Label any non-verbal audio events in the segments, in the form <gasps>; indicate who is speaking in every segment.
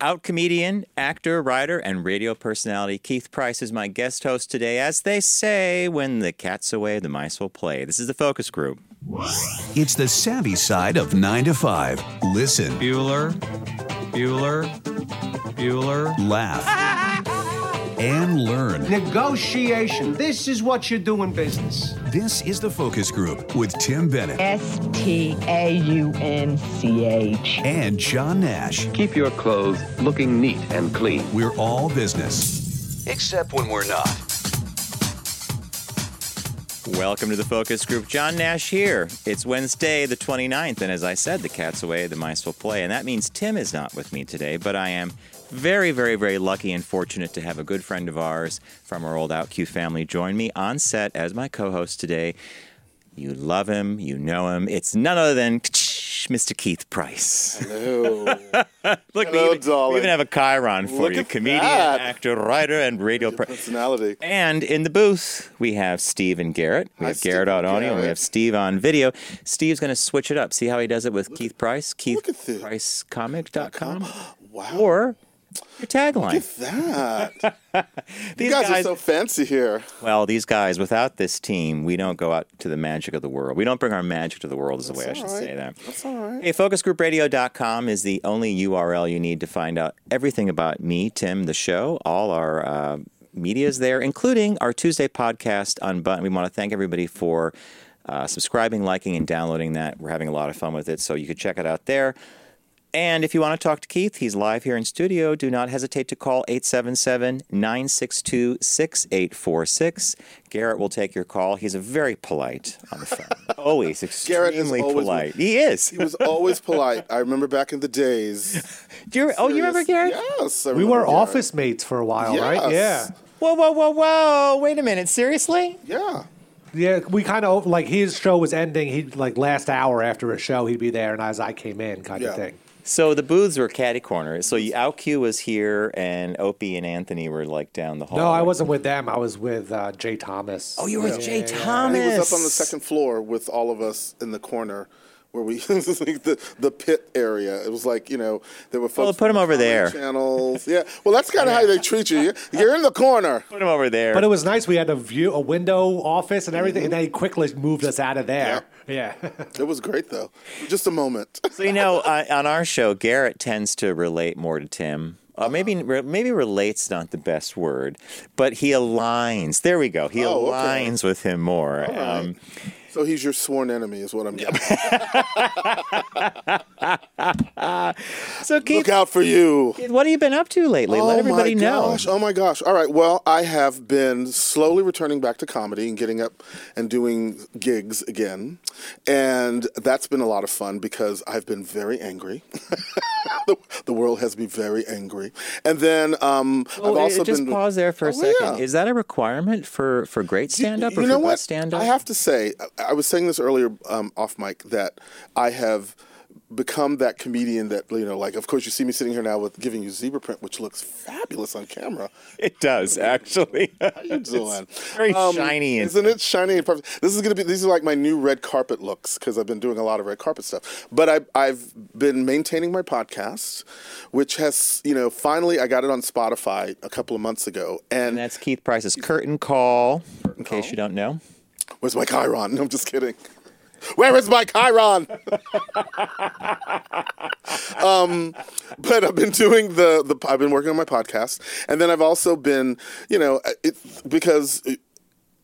Speaker 1: out comedian, actor, writer, and radio personality Keith Price is my guest host today. As they say, when the cat's away, the mice will play. This is the focus group.
Speaker 2: It's the savvy side of 9 to 5. Listen,
Speaker 3: Bueller, Bueller, Bueller.
Speaker 2: laugh, and learn.
Speaker 4: Negotiation. This is what you do in business.
Speaker 2: This is the focus group with Tim Bennett
Speaker 5: S T A U N C H.
Speaker 2: and John Nash.
Speaker 6: Keep your clothes looking neat and clean.
Speaker 2: We're all business. Except when we're not.
Speaker 1: Welcome to the focus group. John Nash here. It's Wednesday, the 29th, and as I said, the cat's away, the mice will play. And that means Tim is not with me today, but I am very, very, very lucky and fortunate to have a good friend of ours from our old OutQ family join me on set as my co host today. You love him, you know him. It's none other than Mr. Keith Price. Look, we
Speaker 7: Hello,
Speaker 1: even,
Speaker 7: darling.
Speaker 1: we even have a Chiron for
Speaker 7: Look
Speaker 1: you
Speaker 7: at
Speaker 1: comedian,
Speaker 7: that.
Speaker 1: actor, writer, and radio person.
Speaker 7: personality.
Speaker 1: And in the booth, we have Steve and Garrett. We
Speaker 7: Hi,
Speaker 1: have Garrett
Speaker 7: Steve
Speaker 1: on
Speaker 7: and
Speaker 1: audio, and we
Speaker 7: Garrett.
Speaker 1: have Steve on video. Steve's going to switch it up. See how he does it with Keith Price? Keith
Speaker 7: at this.
Speaker 1: PriceComic.com.
Speaker 7: <gasps> Wow.
Speaker 1: Or your tagline.
Speaker 7: that.
Speaker 1: These
Speaker 7: You guys are so fancy here.
Speaker 1: well, these guys, without this team, we don't go out to the magic of the world. We don't bring our magic to the world, is the way I should
Speaker 7: all right.
Speaker 1: say that.
Speaker 7: That's all right.
Speaker 1: Hey, focusgroupradio.com is the only URL you need to find out everything about me, Tim, the show, all our uh, media is there, including our Tuesday podcast on Button. We want to thank everybody for uh, subscribing, liking, and downloading that. We're having a lot of fun with it, so you can check it out there. And if you want to talk to Keith, he's live here in studio. Do not hesitate to call 877 962 6846. Garrett will take your call. He's a very polite on the
Speaker 7: <laughs>
Speaker 1: phone. always
Speaker 7: Garrett is
Speaker 1: extremely
Speaker 7: always-
Speaker 1: polite. He is.
Speaker 7: He was always polite. I remember back in the days.
Speaker 1: Do you, oh, you remember Garrett?
Speaker 7: Yes. I
Speaker 8: We
Speaker 7: remember
Speaker 8: were
Speaker 7: Garrett.
Speaker 8: office mates for a while, right? Yeah.
Speaker 7: Yes.
Speaker 1: Whoa, whoa, whoa, whoa. Wait a minute. Seriously?
Speaker 7: Yeah.
Speaker 8: Yeah, we kind of like his show was ending. He'd like last hour after a show, he'd be there, and as I came in, kind
Speaker 7: Yeah.
Speaker 8: of thing.
Speaker 1: So the booths were catty corner. So you- Al Q was here, and Opie and Anthony were like down the hall.
Speaker 8: No, I wasn't with them. I was with uh, Jay Thomas.
Speaker 1: Oh, you were with Jay
Speaker 7: And
Speaker 1: Thomas.
Speaker 7: he was up on the second floor with all of us in the corner where we <laughs> it was like the the pit area. It was like, you know, there were folks
Speaker 1: Well, put him
Speaker 7: from
Speaker 1: over
Speaker 7: the
Speaker 1: there.
Speaker 7: Channels. Yeah. Well, that's kind of how they treat you. You're- You're in the corner.
Speaker 1: Put him over there.
Speaker 8: But it was nice. We had a view, a window office, and everything, and they quickly moved us out of there. Yeah. <laughs>
Speaker 7: It was great though. Just a moment.
Speaker 1: so you know, I, on our show, Garrett tends to relate more to Tim. Uh, maybe
Speaker 7: Uh-huh.
Speaker 1: re- maybe relates not the best word, but he aligns. There we go. He
Speaker 7: Oh, okay.
Speaker 1: aligns with him more. Um,
Speaker 7: So he's your sworn enemy is what I'm getting.
Speaker 1: <laughs> so Keith,
Speaker 7: Look out for you.
Speaker 1: what have you been up to lately? Let everybody
Speaker 7: Oh my
Speaker 1: know.
Speaker 7: Gosh. Oh my gosh. All right. Well, I have been slowly returning back to comedy and getting up and doing gigs again. And that's been a lot of fun because I've been very angry. <laughs> the, the world has me very angry. And then um, I've
Speaker 1: Well,
Speaker 7: also
Speaker 1: Oh, just
Speaker 7: been
Speaker 1: pause there for a
Speaker 7: Oh,
Speaker 1: second.
Speaker 7: yeah.
Speaker 1: Is that a requirement for for great stand up or for good stand up?
Speaker 7: I have to say, I- I was saying this earlier um, off mic that I have become that comedian that you know like of course you see me sitting here now with giving you zebra print which looks fabulous on camera
Speaker 1: It does actually.
Speaker 7: <laughs> How you doing?
Speaker 1: very shiny and-
Speaker 7: Um, isn't it shiny and perfect? This is gonna be. These are like my new red carpet looks because I've been doing a lot of red carpet stuff. But I, I've been maintaining my podcast, which has you know finally I got it on Spotify a couple of months ago, and,
Speaker 1: and that's Keith Price's curtain call. in case you don't know,
Speaker 7: where's my Chiron? No, I'm just kidding. Where is my Chiron? <laughs> um, but I've been doing the, the I've been working on my podcast, and then I've also been, you know, it, because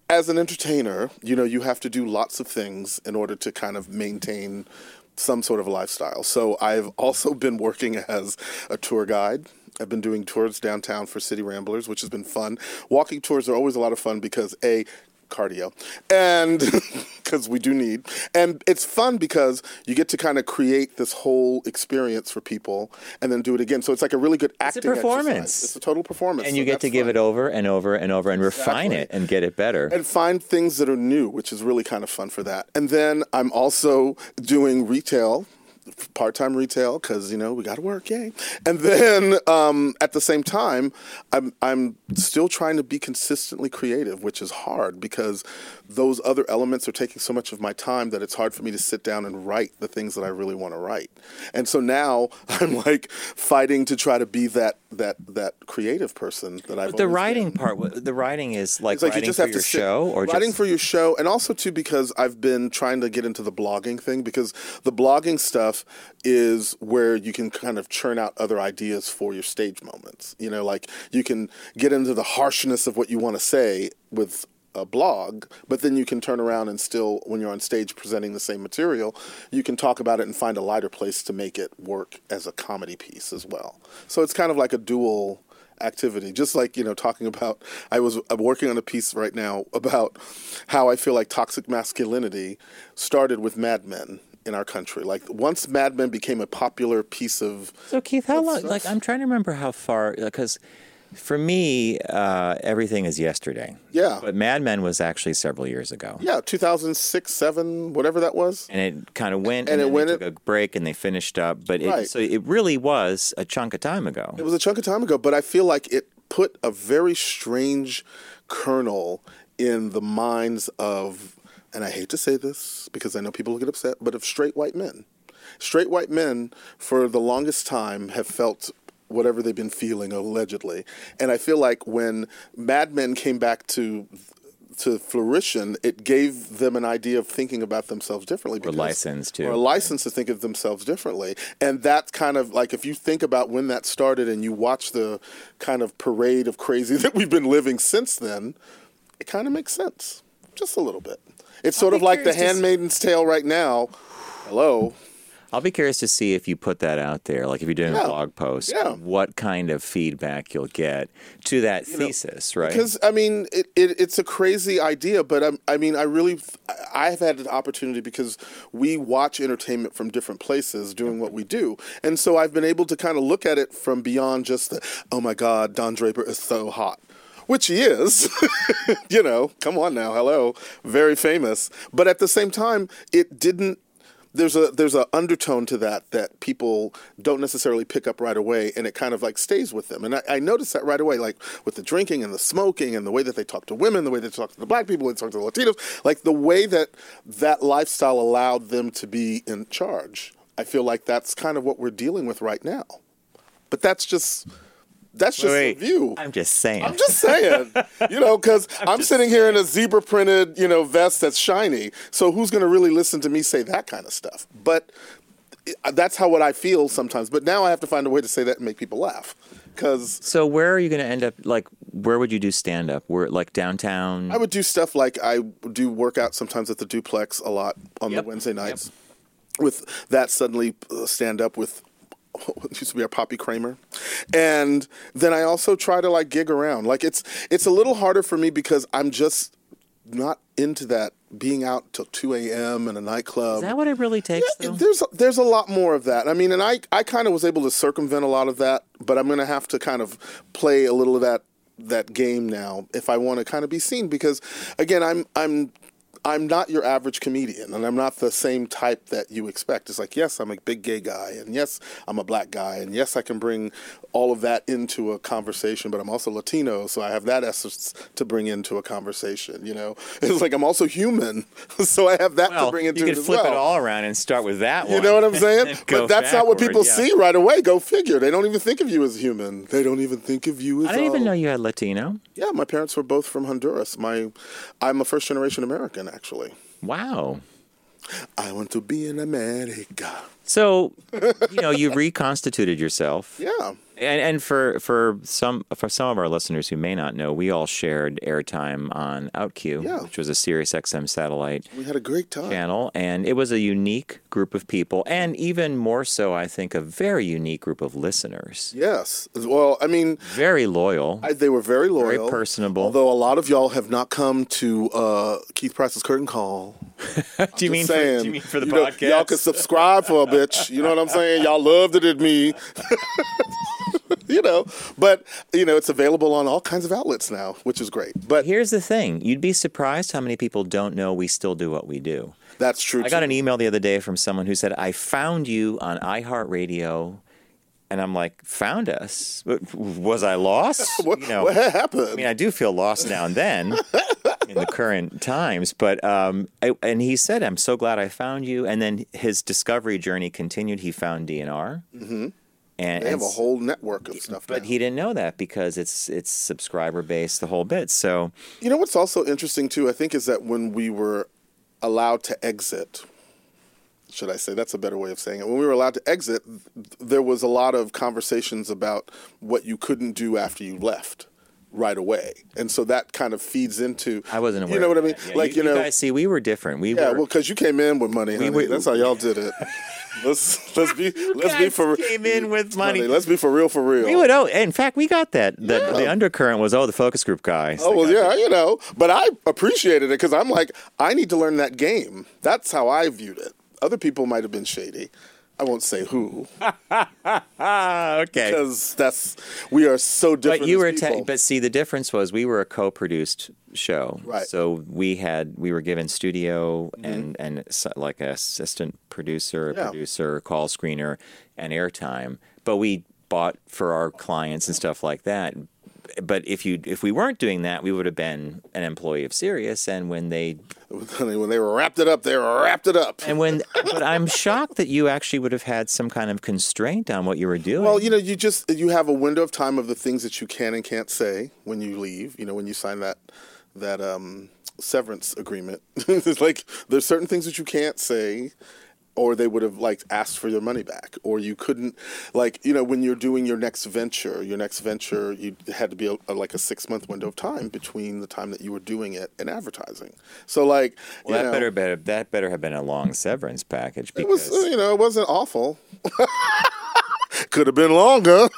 Speaker 7: as an entertainer, you know, you have to do lots of things in order to kind of maintain some sort of lifestyle. So I've also <laughs> been working as a tour guide. I've been doing tours downtown for City Ramblers, which has been fun. Walking tours are always a lot of fun because a cardio and <laughs> because we do need and it's fun because you get to kind of create this whole experience for people and then do it again so it's like a really good acting exercise.
Speaker 1: performance.
Speaker 7: it's a total performance
Speaker 1: and
Speaker 7: so
Speaker 1: you get to
Speaker 7: that's
Speaker 1: give
Speaker 7: fun
Speaker 1: it over and over and over and refine it and get it better.
Speaker 7: and find things that are new, which is really kind of fun for that. And then I'm also doing retail part time retail because you know we got to work, yay. And then um, at the same time, I'm I'm still trying to be consistently creative, which is hard because those other elements are taking so much of my time that it's hard for me to sit down and write the things that I really want to write. And so now <laughs> I'm like fighting to try to be that that that creative person that
Speaker 1: The
Speaker 7: I've always been.
Speaker 1: writing part, wa- the writing is like,
Speaker 7: It's like
Speaker 1: writing
Speaker 7: you just
Speaker 1: for
Speaker 7: have
Speaker 1: your
Speaker 7: to sit-
Speaker 1: show or
Speaker 7: writing
Speaker 1: just,
Speaker 7: for your show, and also too because I've been trying to get into the blogging thing because the blogging stuff is where you can kind of churn out other ideas for your stage moments. You know, like you can get into the harshness of what you want to say with a blog, but then you can turn around and still, when you're on stage presenting the same material, you can talk about it and find a lighter place to make it work as a comedy piece as well. So it's kind of like a dual activity. Just like, you know, talking about, I was I'm working on a piece right now about how I feel like toxic masculinity started with Mad Men in our country. Like, once Mad Men became a popular piece of,
Speaker 1: So Keith, how long? Like I'm trying to remember how far because for me uh, everything is yesterday.
Speaker 7: Yeah.
Speaker 1: But Mad Men was actually several years ago.
Speaker 7: yeah, 2006, 7, whatever that was.
Speaker 1: And it kind of went,
Speaker 7: And
Speaker 1: and,
Speaker 7: it
Speaker 1: then
Speaker 7: went-
Speaker 1: They took a break, and they finished up. But it,
Speaker 7: Right.
Speaker 1: so it really was a chunk of time ago.
Speaker 7: It was a chunk of time ago, but I feel like it put a very strange kernel in the minds of, and I hate to say this because I know people will get upset, but of straight white men. Straight white men, for the longest time, have felt whatever they've been feeling allegedly. And I feel like when Mad Men came back to to fruition, it gave them an idea of thinking about themselves differently. Or
Speaker 1: license to.
Speaker 7: Or a license to think of themselves differently. And that's kind of like if you think about when that started and you watch the kind of parade of crazy <laughs> that we've been living since then, it kind of makes sense. Just a little bit. It's sort
Speaker 1: be
Speaker 7: of like the
Speaker 1: curious to s-
Speaker 7: Handmaiden's Tale right now. Hello.
Speaker 1: I'll be curious to see if you put that out there, like if you're doing
Speaker 7: Yeah.
Speaker 1: a blog post,
Speaker 7: Yeah.
Speaker 1: what kind of feedback you'll get to that thesis, right?
Speaker 7: Because I mean, it, it, it's a crazy idea, but I'm, I mean, I really, I've had an opportunity because we watch entertainment from different places doing what we do, and so I've been able to kind of look at it from beyond just the, oh my God, Don Draper is so hot. Which he is, <laughs> you know. Come on now, hello, very famous. But at the same time, it didn't there's a there's a undertone to that that people don't necessarily pick up right away and it kind of like stays with them and I, I noticed that right away like with the drinking and the smoking and the way that they talk to women the way they talk to the black people they talk to the latinos like the way that that lifestyle allowed them to be in charge i feel like that's kind of what we're dealing with right now but that's just that's just
Speaker 1: Wait,
Speaker 7: the view
Speaker 1: I'm just saying.
Speaker 7: I'm just saying, you know, because I'm, sitting here in a zebra printed, you know, vest that's shiny. So who's going to really listen to me say that kind of stuff? But i- that's how what I feel sometimes. But now I have to find a way to say that and make people laugh because
Speaker 1: so where are you going to end up? Like, where would you do stand up? Where, like downtown?
Speaker 7: I would do stuff like I do workout sometimes at the duplex a lot on
Speaker 1: Yep.
Speaker 7: the Wednesday nights. With that suddenly uh, stand up with <laughs> what used to be our Poppy Kramer, and then I also try to like gig around. Like it's it's a little harder for me because I'm just not into that being out till two a.m. in a nightclub.
Speaker 1: Is that what it really takes?
Speaker 7: Yeah,
Speaker 1: though?
Speaker 7: there's there's a lot more of that. I mean, and I I kind of was able to circumvent a lot of that, but I'm gonna have to kind of play a little of that that game now if I want to kind of be seen because again, I'm I'm. I'm not your average comedian, and I'm not the same type that you expect. It's like, yes, I'm a big gay guy, and yes, I'm a black guy, and yes, I can bring all of that into a conversation, but I'm also Latino, so I have that essence to bring into a conversation, you know? <laughs> It's like I'm also human, <laughs> so I have that to
Speaker 1: well,
Speaker 7: bring
Speaker 1: you
Speaker 7: into
Speaker 1: could
Speaker 7: it as
Speaker 1: flip
Speaker 7: well.
Speaker 1: it all around and start with that one.
Speaker 7: You know what I'm saying?
Speaker 1: Go
Speaker 7: but that's not what people
Speaker 1: backward, yeah.
Speaker 7: see right away. Go figure. They don't even think of you as human. They don't even think of you as.
Speaker 1: <laughs> I didn't even
Speaker 7: all-
Speaker 1: know you had Latino.
Speaker 7: Yeah, my parents were both from Honduras. My, I'm a first generation American actually.
Speaker 1: Wow.
Speaker 7: I want to be in America.
Speaker 1: So, you know, you reconstituted yourself.
Speaker 7: <laughs> Yeah.
Speaker 1: And, and for, for some for some of our listeners who may not know, we all shared airtime on OutQ,
Speaker 7: Yeah.
Speaker 1: which was a Sirius XM satellite
Speaker 7: We had a great time.
Speaker 1: channel, and it was a unique group of people, and even more so, I think, a very unique group of listeners.
Speaker 7: Yes. Well, I mean,
Speaker 1: Very loyal. <laughs>
Speaker 7: I, they were very loyal,
Speaker 1: Very personable.
Speaker 7: Although a lot of y'all have not come to uh, Keith Price's curtain call.
Speaker 1: do, you mean
Speaker 7: Just saying,
Speaker 1: for, do you mean for the
Speaker 7: you know,
Speaker 1: podcast?
Speaker 7: Y'all can subscribe for a bitch. You know what I'm saying? Y'all loved it at me. <laughs> you know, but you know it's available on all kinds of outlets now, which is great. But
Speaker 1: Here's the thing: you'd be surprised how many people don't know we still do what we do.
Speaker 7: That's true.
Speaker 1: I got an email the other day from someone who said, I found you on iHeartRadio. And I'm like, found us? But Was I lost?
Speaker 7: <laughs> What,
Speaker 1: You know,
Speaker 7: what happened?
Speaker 1: I mean, I do feel lost now and
Speaker 7: <laughs>
Speaker 1: then in the current times. But, um, I, and he said, I'm so glad I found you. And then his discovery journey continued. He found DNR. Mm-hmm. And,
Speaker 7: they have
Speaker 1: and
Speaker 7: a whole network of stuff.
Speaker 1: But
Speaker 7: now.
Speaker 1: he didn't know that because it's it's subscriber based the whole bit. So
Speaker 7: You know what's also interesting too, I think, is that when we were allowed to exit, should I say that's a better way of saying it? When we were allowed to exit, th- there was a lot of conversations about what you couldn't do after you left right away, and so that kind of feeds into.
Speaker 1: I wasn't aware.
Speaker 7: You know
Speaker 1: of
Speaker 7: what I mean?
Speaker 1: that. Yeah,
Speaker 7: like you, know,
Speaker 1: guys see, we were different. We
Speaker 7: yeah.
Speaker 1: were
Speaker 7: Well, because you came in with money, honey.
Speaker 1: were-
Speaker 7: that's how
Speaker 1: <laughs>
Speaker 7: y'all did it. <laughs> Let's let's be let's be
Speaker 1: guys
Speaker 7: for
Speaker 1: came in with money.
Speaker 7: Let's be for real, for real.
Speaker 1: we would. Oh, in fact, we got that. The, the undercurrent was oh, the focus group guy.
Speaker 7: Oh well, yeah, you know, but I appreciated it because I'm like, I need to learn that game. That's how I viewed it. Other people might have been shady. I won't say who
Speaker 1: Ah, okay.
Speaker 7: because that's we are so different.
Speaker 1: But you
Speaker 7: as
Speaker 1: were, a
Speaker 7: people.
Speaker 1: te- but see, the difference was we were a co-produced show,
Speaker 7: Right. Mm-hmm.
Speaker 1: So we had we were given studio and and s- like a assistant producer, a
Speaker 7: Yeah.
Speaker 1: producer, call screener, and airtime. But we bought for our clients and stuff like that. But if you if we weren't doing that, we would have been an employee of Sirius. And when they
Speaker 7: <laughs> when they wrapped it up, they wrapped it up.
Speaker 1: And when, but I'm shocked that you actually would have had some kind of constraint on what you were doing.
Speaker 7: Well, you know, you just you have a window of time of the things that you can and can't say when you leave. You know, when you sign that that um, severance agreement, <laughs> it's like there's certain things that you can't say, or they would have like asked for your money back, or you couldn't like you know when you're doing your next venture, your next venture, you had to be a, a- like a six month window of time between the time that you were doing it and advertising. So like
Speaker 1: Well,
Speaker 7: you
Speaker 1: that
Speaker 7: know,
Speaker 1: better, better, that better have been a long severance package
Speaker 7: it
Speaker 1: because
Speaker 7: was you know it wasn't awful. <laughs> Could have been longer.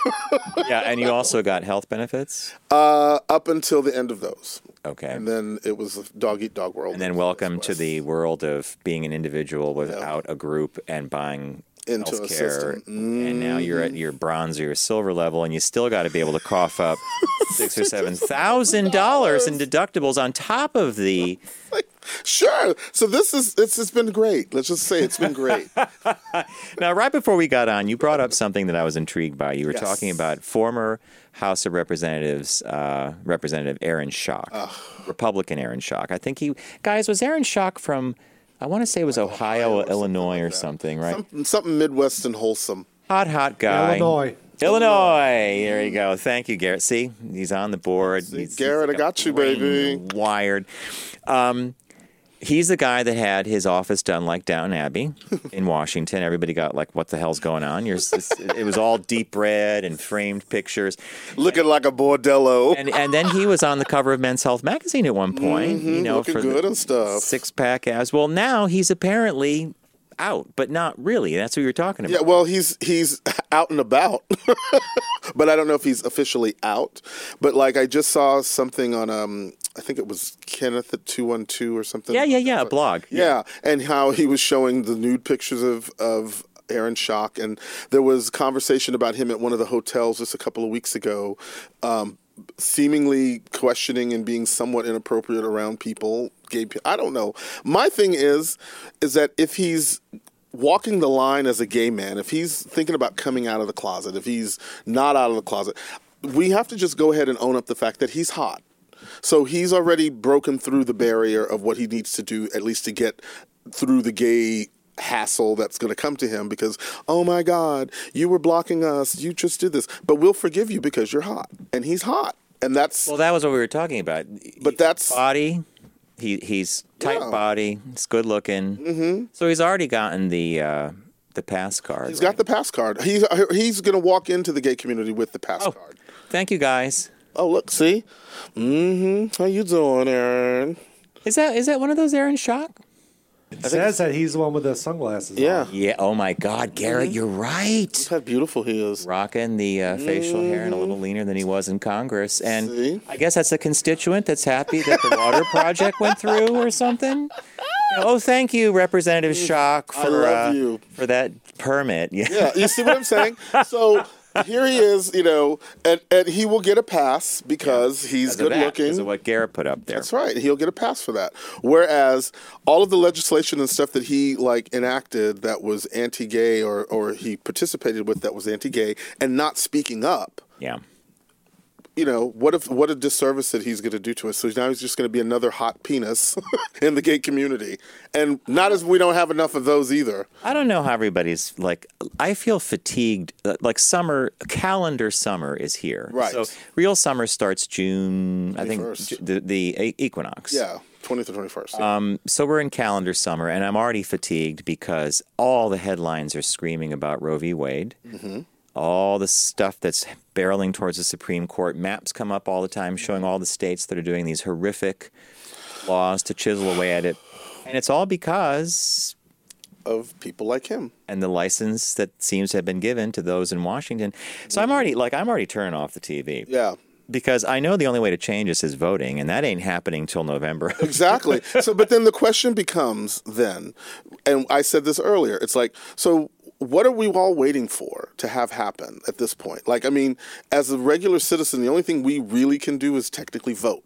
Speaker 1: yeah, and you also got health benefits.
Speaker 7: Uh, up until the end of those,
Speaker 1: Okay,
Speaker 7: and then it was dog eat dog world.
Speaker 1: And then welcome to the world of being an individual without a group and buying
Speaker 7: Into a
Speaker 1: healthcare.
Speaker 7: system. Mm-hmm.
Speaker 1: And now you're at your bronze or your silver level, and you still got to be able to cough
Speaker 7: <laughs>
Speaker 1: up six or seven thousand dollars in deductibles on top of the.
Speaker 7: sure. So this is it's it's been great. Let's just say it's
Speaker 1: <laughs>
Speaker 7: been great.
Speaker 1: Now, right before we got on, you brought up something that I was intrigued by. You were talking about former House of Representatives uh, Representative Aaron Schock, Republican Aaron Schock. I think he, guys, was Aaron Schock from, I want to say it was Ohio, or Illinois or something, right?
Speaker 7: Some- Something Midwest and wholesome.
Speaker 1: hot, hot guy.
Speaker 8: Illinois.
Speaker 1: Illinois. There you go. Thank you, Garrett. See, he's on the board. He's-
Speaker 7: Garrett, I got you, baby.
Speaker 1: brain Wired. Um, he's the guy that had his office done like Down
Speaker 7: <laughs>
Speaker 1: Abbey in Washington. Everybody got like, "What the hell's going on?" You're, s- it was all deep red and framed pictures.
Speaker 7: Looking like a bordello.
Speaker 1: And and then he was on the cover of Men's Health magazine at one point. you know,
Speaker 7: Mm-hmm, looking
Speaker 1: for
Speaker 7: good
Speaker 1: the
Speaker 7: and stuff.
Speaker 1: six pack abs. Well, now he's apparently out, but not really. That's what you were talking about.
Speaker 7: Yeah, well, he's he's out and about, <laughs> but I don't know if he's officially out. But like, I just saw something on um, I think it was Kenneth at two one two or something.
Speaker 1: yeah, yeah, yeah. A blog.
Speaker 7: Yeah, and how he was showing the nude pictures of of Aaron Schock, and there was conversation about him at one of the hotels just a couple of weeks ago, um, seemingly questioning and being somewhat inappropriate around people, gay people. I don't know. My thing is, is that if he's walking the line as a gay man, if he's thinking about coming out of the closet, if he's not out of the closet, we have to just go ahead and own up the fact that he's hot. So he's already broken through the barrier of what he needs to do, at least to get through the gay hassle that's going to come to him because, oh my God, you were blocking us. You just did this. But we'll forgive you because you're hot. And he's hot. And that's,
Speaker 1: Well, that was what we were talking about.
Speaker 7: but that's,
Speaker 1: body. He he's tight
Speaker 7: Yeah.
Speaker 1: body. He's good looking. Mm-hmm. So he's already gotten the uh, the pass card.
Speaker 7: he's got the pass card. He's, he's going to walk into the gay community with the pass card.
Speaker 1: Oh, Thank you guys.
Speaker 7: Oh, look, see? Mm hmm. How you doing, Aaron?
Speaker 1: Is that is that one of those Aaron Shock?
Speaker 8: It says that he's the one with the sunglasses.
Speaker 7: Yeah.
Speaker 1: Yeah. Oh my God, Garrett,
Speaker 7: Mm-hmm.
Speaker 1: you're right.
Speaker 7: How beautiful he is.
Speaker 1: Rocking the uh, facial hair and a little leaner than he was in Congress, and
Speaker 7: Mm-hmm. See?
Speaker 1: I guess that's a constituent that's happy that the water project went through or
Speaker 7: <laughs>
Speaker 1: something. You know, oh, thank you, Representative Shock, for
Speaker 7: Mm, love
Speaker 1: uh,
Speaker 7: you.
Speaker 1: for that permit. <laughs> Yeah.
Speaker 7: Yeah, you see what I'm saying? So here he is, you know, and, and he will get a pass because he's
Speaker 1: Because of
Speaker 7: good
Speaker 1: that,
Speaker 7: looking.
Speaker 1: Because of what Garrett put up there.
Speaker 7: That's right. He'll get a pass for that. Whereas all of the legislation and stuff that he like enacted that was anti-gay or or he participated with that was anti-gay and not speaking up,
Speaker 1: Yeah.
Speaker 7: you know, what if what a disservice that he's going to do to us. So now he's just going to be another hot penis <laughs> in the gay community. And not as we don't have enough of those either.
Speaker 1: I don't know how everybody's like. I feel fatigued. uh, Like summer, calendar summer is here.
Speaker 7: Right.
Speaker 1: So real summer starts June. I think
Speaker 7: 21st.
Speaker 1: Ju- the, the e- equinox.
Speaker 7: Yeah, 20th to 21st.
Speaker 1: So we're in calendar summer, and I'm already fatigued because all the headlines are screaming about Roe v. Wade.
Speaker 7: Mm-hmm.
Speaker 1: All the stuff that's barreling towards the Supreme Court. Maps come up all the time showing all the states that are doing these horrific laws to chisel away at it. And it's all because
Speaker 7: of people like him.
Speaker 1: and the license that seems to have been given to those in Washington. So I'm already like I'm already turning off the TV
Speaker 7: Yeah.
Speaker 1: because I know the only way to change this is voting, and that ain't happening till November. <laughs>
Speaker 7: Exactly. so, but then the question becomes then, and I said this earlier, it's like, so what are we all waiting for to have happen at this point? Like, I mean, as a regular citizen, the only thing we really can do is technically vote.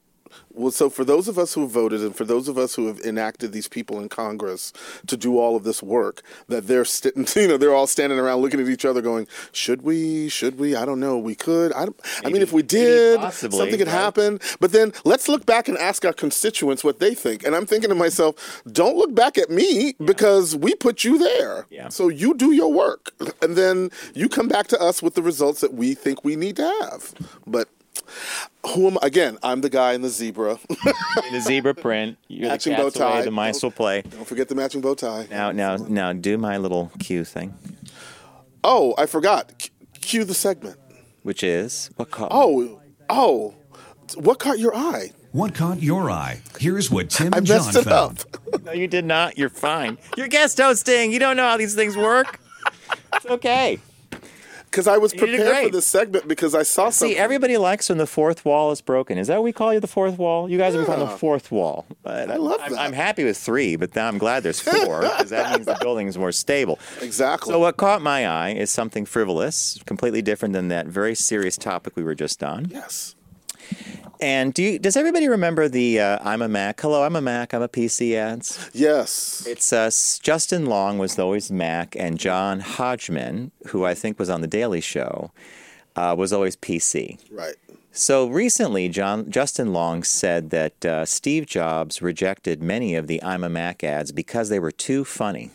Speaker 7: Well, so for those of us who voted and for those of us who have enacted these people in Congress to do all of this work, that they're st- <laughs> you know they're all standing around looking at each other, going, "Should we? Should we? I don't know. We could. I don't. I mean, if we did,
Speaker 1: possibly,
Speaker 7: something could
Speaker 1: right?
Speaker 7: happen." happen. But then let's look back and ask our constituents what they think. And I'm thinking to myself, don't look back at me because we put you there.
Speaker 1: Yeah.
Speaker 7: So you do your work. And then you come back to us with the results that we think we need to have. But who am again? I'm the guy in the zebra. <laughs>
Speaker 1: In the zebra print, you're
Speaker 7: Matching
Speaker 1: the
Speaker 7: bow
Speaker 1: castaway,
Speaker 7: tie.
Speaker 1: the mice will play.
Speaker 7: don't forget the matching bow tie.
Speaker 1: Now, now, now, do my little cue thing,
Speaker 7: Oh, I forgot. C- cue the segment.
Speaker 1: which is what call?
Speaker 7: Oh, oh, what caught your eye?
Speaker 2: What caught your eye? Here's what Tim
Speaker 7: I
Speaker 2: and John
Speaker 7: messed it
Speaker 2: found.
Speaker 7: up.
Speaker 1: no, you did not. You're fine. You're guest hosting. You don't know how these things work. It's okay.
Speaker 7: Because I was
Speaker 1: You did
Speaker 7: prepared for
Speaker 1: great.
Speaker 7: this segment because I saw something.
Speaker 1: See, everybody likes when the fourth wall is broken. Is that what we call you, the fourth wall? You guys are calling the fourth wall. But I
Speaker 7: love
Speaker 1: am
Speaker 7: that.
Speaker 1: I'm happy with three, but now I'm glad there's four because that means the building's more stable.
Speaker 7: Exactly.
Speaker 1: So what caught my eye is something frivolous, completely different than that very serious topic we were just on.
Speaker 7: yes.
Speaker 1: And do you, does everybody remember the uh, "I'm a Mac"? Hello, I'm a Mac. I'm a PC ads.
Speaker 7: Yes.
Speaker 1: It's uh, Justin Long was always Mac, and John Hodgman, who I think was on the Daily Show, uh, was always PC.
Speaker 7: Right.
Speaker 1: So recently, John Justin Long said that uh, Steve Jobs rejected many of the "I'm a Mac" ads because they were too funny.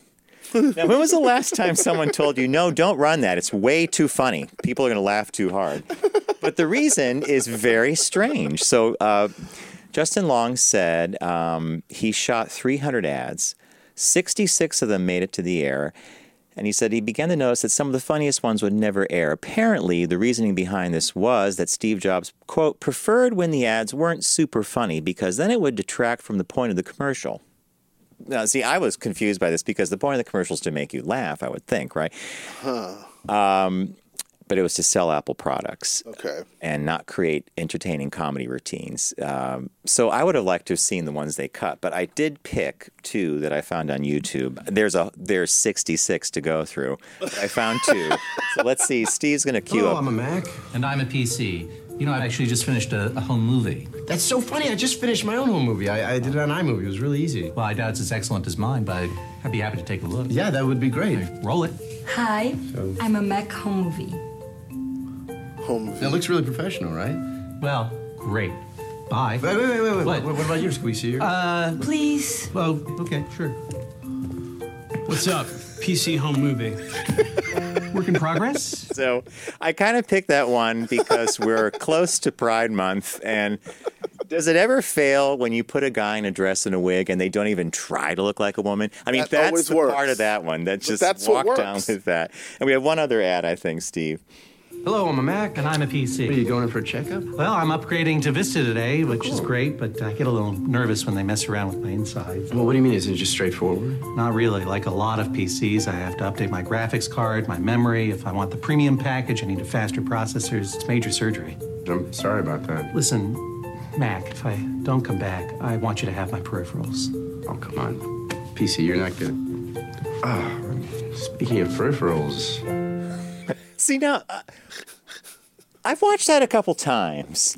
Speaker 1: now, when was the last time someone told you, "No, don't run that. It's way too funny. People are going to laugh too hard." But the reason is very strange. So uh, Justin Long said um, he shot 300 ads. 66 of them made it to the air. And he said he began to notice that some of the funniest ones would never air. Apparently, the reasoning behind this was that Steve Jobs, quote, preferred when the ads weren't super funny because then it would detract from the point of the commercial. Now, see, I was confused by this because the point of the commercial is to make you laugh, I would think, right? Um, but it was to sell Apple products
Speaker 7: Okay.
Speaker 1: and not create entertaining comedy routines. Um, so I would have liked to have seen the ones they cut, but I did pick two that I found on YouTube. There's a there's 66 to go through. but I found two.
Speaker 7: <laughs>
Speaker 1: so let's see. Steve's gonna queue
Speaker 7: Oh,
Speaker 1: up.
Speaker 9: Oh, Mac.
Speaker 10: And I'm a PC. You know, I actually just finished a, a home movie.
Speaker 9: That's so funny. I just finished my own home movie. I, I did it on iMovie. It was really easy.
Speaker 10: Well, I doubt it's as excellent as mine, but I'd be happy to take a look.
Speaker 9: Yeah, that would be great.
Speaker 10: Roll it.
Speaker 11: Hi, I'm a Mac home movie.
Speaker 7: Home.
Speaker 9: That looks really professional, right?
Speaker 10: Well, great. Bye.
Speaker 9: Wait, wait, wait, wait, wait.
Speaker 10: What?
Speaker 9: What, what about yours? Can we see
Speaker 12: Uh,
Speaker 9: yours?
Speaker 11: Please.
Speaker 10: Well, okay, sure.
Speaker 9: What's up? PC home movie.
Speaker 10: Work in progress?
Speaker 1: So I kind of picked that one because we're close to Pride Month and. Does it ever fail when you put a guy in a dress and a wig and they don't even try to look like a woman? I mean,
Speaker 7: That
Speaker 1: that's
Speaker 7: always
Speaker 1: the
Speaker 7: works.
Speaker 1: part of that one that just
Speaker 7: that's what
Speaker 1: walk down
Speaker 7: works.
Speaker 1: with that. And we have one other ad, I think, Steve.
Speaker 9: <laughs> Hello, I'm a Mac.
Speaker 10: and I'm a
Speaker 9: What, are you
Speaker 10: PC.
Speaker 9: going in for a checkup?
Speaker 10: Well, I'm upgrading to Vista today, which is great, but I get a little nervous when they mess around with my insides.
Speaker 9: Well, what do you mean? Isn't it just straightforward?
Speaker 10: Not really. Like a lot of PCs, I have to update my graphics card, my memory. If I want the premium package, I need a faster processor. It's major surgery.
Speaker 9: I'm sorry about that.
Speaker 10: Listen, Mac, if I don't come back, I want you to have my peripherals.
Speaker 9: Oh, come on. PC, you're not good. Ah, speaking of peripherals,
Speaker 1: See now, uh, I've watched that a couple times,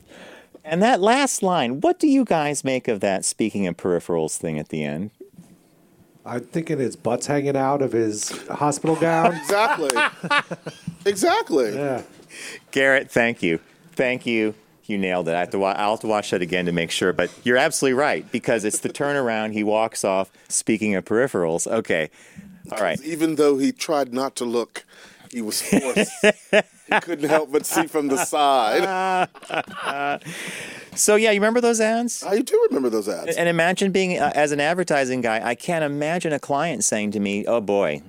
Speaker 1: and that last line. What do you guys make of that speaking in peripherals thing at the end?
Speaker 8: I'm thinking his butt's hanging out of his hospital
Speaker 7: <laughs>
Speaker 8: gown.
Speaker 7: exactly.
Speaker 1: <laughs>
Speaker 7: exactly.
Speaker 8: Yeah.
Speaker 1: Garrett, thank you, thank you. You nailed it. I have to wa- I'll have to watch that again to make sure. But you're absolutely right because it's the turnaround. He walks off speaking of peripherals. Okay, all right.
Speaker 7: Even though he tried not to look, he was forced. he couldn't help but see from
Speaker 1: <laughs>
Speaker 7: the side.
Speaker 1: So yeah, you remember those ads?
Speaker 7: I do remember those ads.
Speaker 1: And imagine being, uh, as an advertising guy, I can't imagine a client saying to me, oh boy,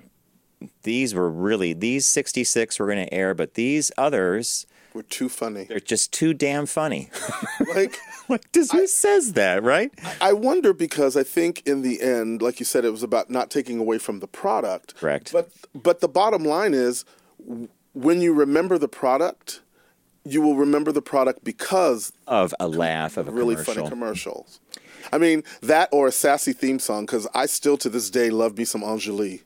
Speaker 1: these were really, these 66 were going to air, but these others,
Speaker 7: Were too funny.
Speaker 1: they're just too damn funny. <laughs>
Speaker 7: Like
Speaker 1: like, does, who says that, right?
Speaker 7: I wonder because I think in the end, like you said, it was about not taking away from the product.
Speaker 1: Correct.
Speaker 7: But but the bottom line is, w- when you remember the product, you will remember the product because
Speaker 1: Of a laugh, of a
Speaker 7: really
Speaker 1: commercial.
Speaker 7: funny commercials. I mean that or a sassy theme song because I still to this day love me some Angelique.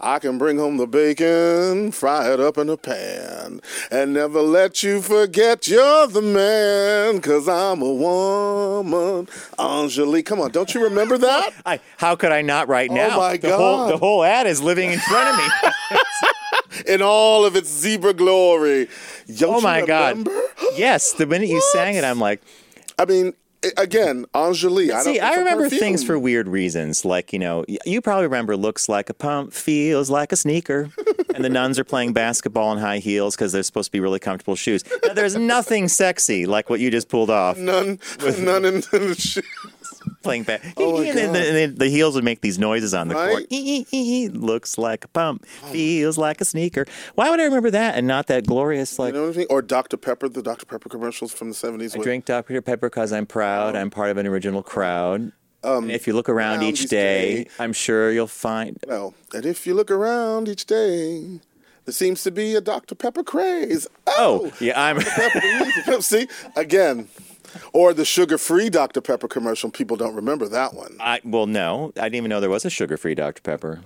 Speaker 7: I can bring home the bacon, fry it up in a pan, and never let you forget you're the man, cause I'm a woman. Angelique, come on, don't you
Speaker 1: <laughs>
Speaker 7: remember that?
Speaker 1: I, how could I not right now?
Speaker 7: Oh my
Speaker 1: the Whole, the
Speaker 7: God. whole
Speaker 1: whole ad is living in front of me.
Speaker 7: In all of its zebra glory. <laughs> Don't
Speaker 1: oh my
Speaker 7: you
Speaker 1: God.
Speaker 7: remember? <gasps>
Speaker 1: Yes, the minute you sang it, I'm like,
Speaker 7: I mean, a- again, Angelique. I don't,
Speaker 1: See,
Speaker 7: it's
Speaker 1: I
Speaker 7: a
Speaker 1: remember
Speaker 7: perfume.
Speaker 1: things for weird reasons. Like, you know, y- you probably remember looks like a pump, feels like a
Speaker 7: <laughs>
Speaker 1: sneaker. and the nuns are playing basketball in high heels because they're supposed to be really comfortable shoes. Now, there's nothing sexy like what you just pulled off.
Speaker 7: none, <laughs> none in, in the shoe.
Speaker 1: Playing back.
Speaker 7: Oh, my
Speaker 1: <laughs> and then the, and then the heels would make these noises on the court.
Speaker 7: Right? Oh.
Speaker 1: looks like a pump, feels like a sneaker. Why would I remember that and not that glorious, like,
Speaker 7: You know what I mean? Or Dr. Pepper, the Dr. Pepper commercials from the 70s.
Speaker 1: I
Speaker 7: with-
Speaker 1: drink Dr. Pepper because I'm proud. I'm part of an original crowd. Um, if you look around
Speaker 7: Um, around
Speaker 1: each
Speaker 7: each
Speaker 1: day,
Speaker 7: day.
Speaker 1: I'm sure you'll find
Speaker 7: Well, and if you look around each day, there seems to be a Dr. Pepper craze.
Speaker 1: Oh, yeah, I'm.
Speaker 7: Pepper, <laughs> see, again. Or the sugar free Dr. Pepper commercial. People don't remember that one
Speaker 1: I well, no, I didn't even know there was a sugar-free Dr Pepper.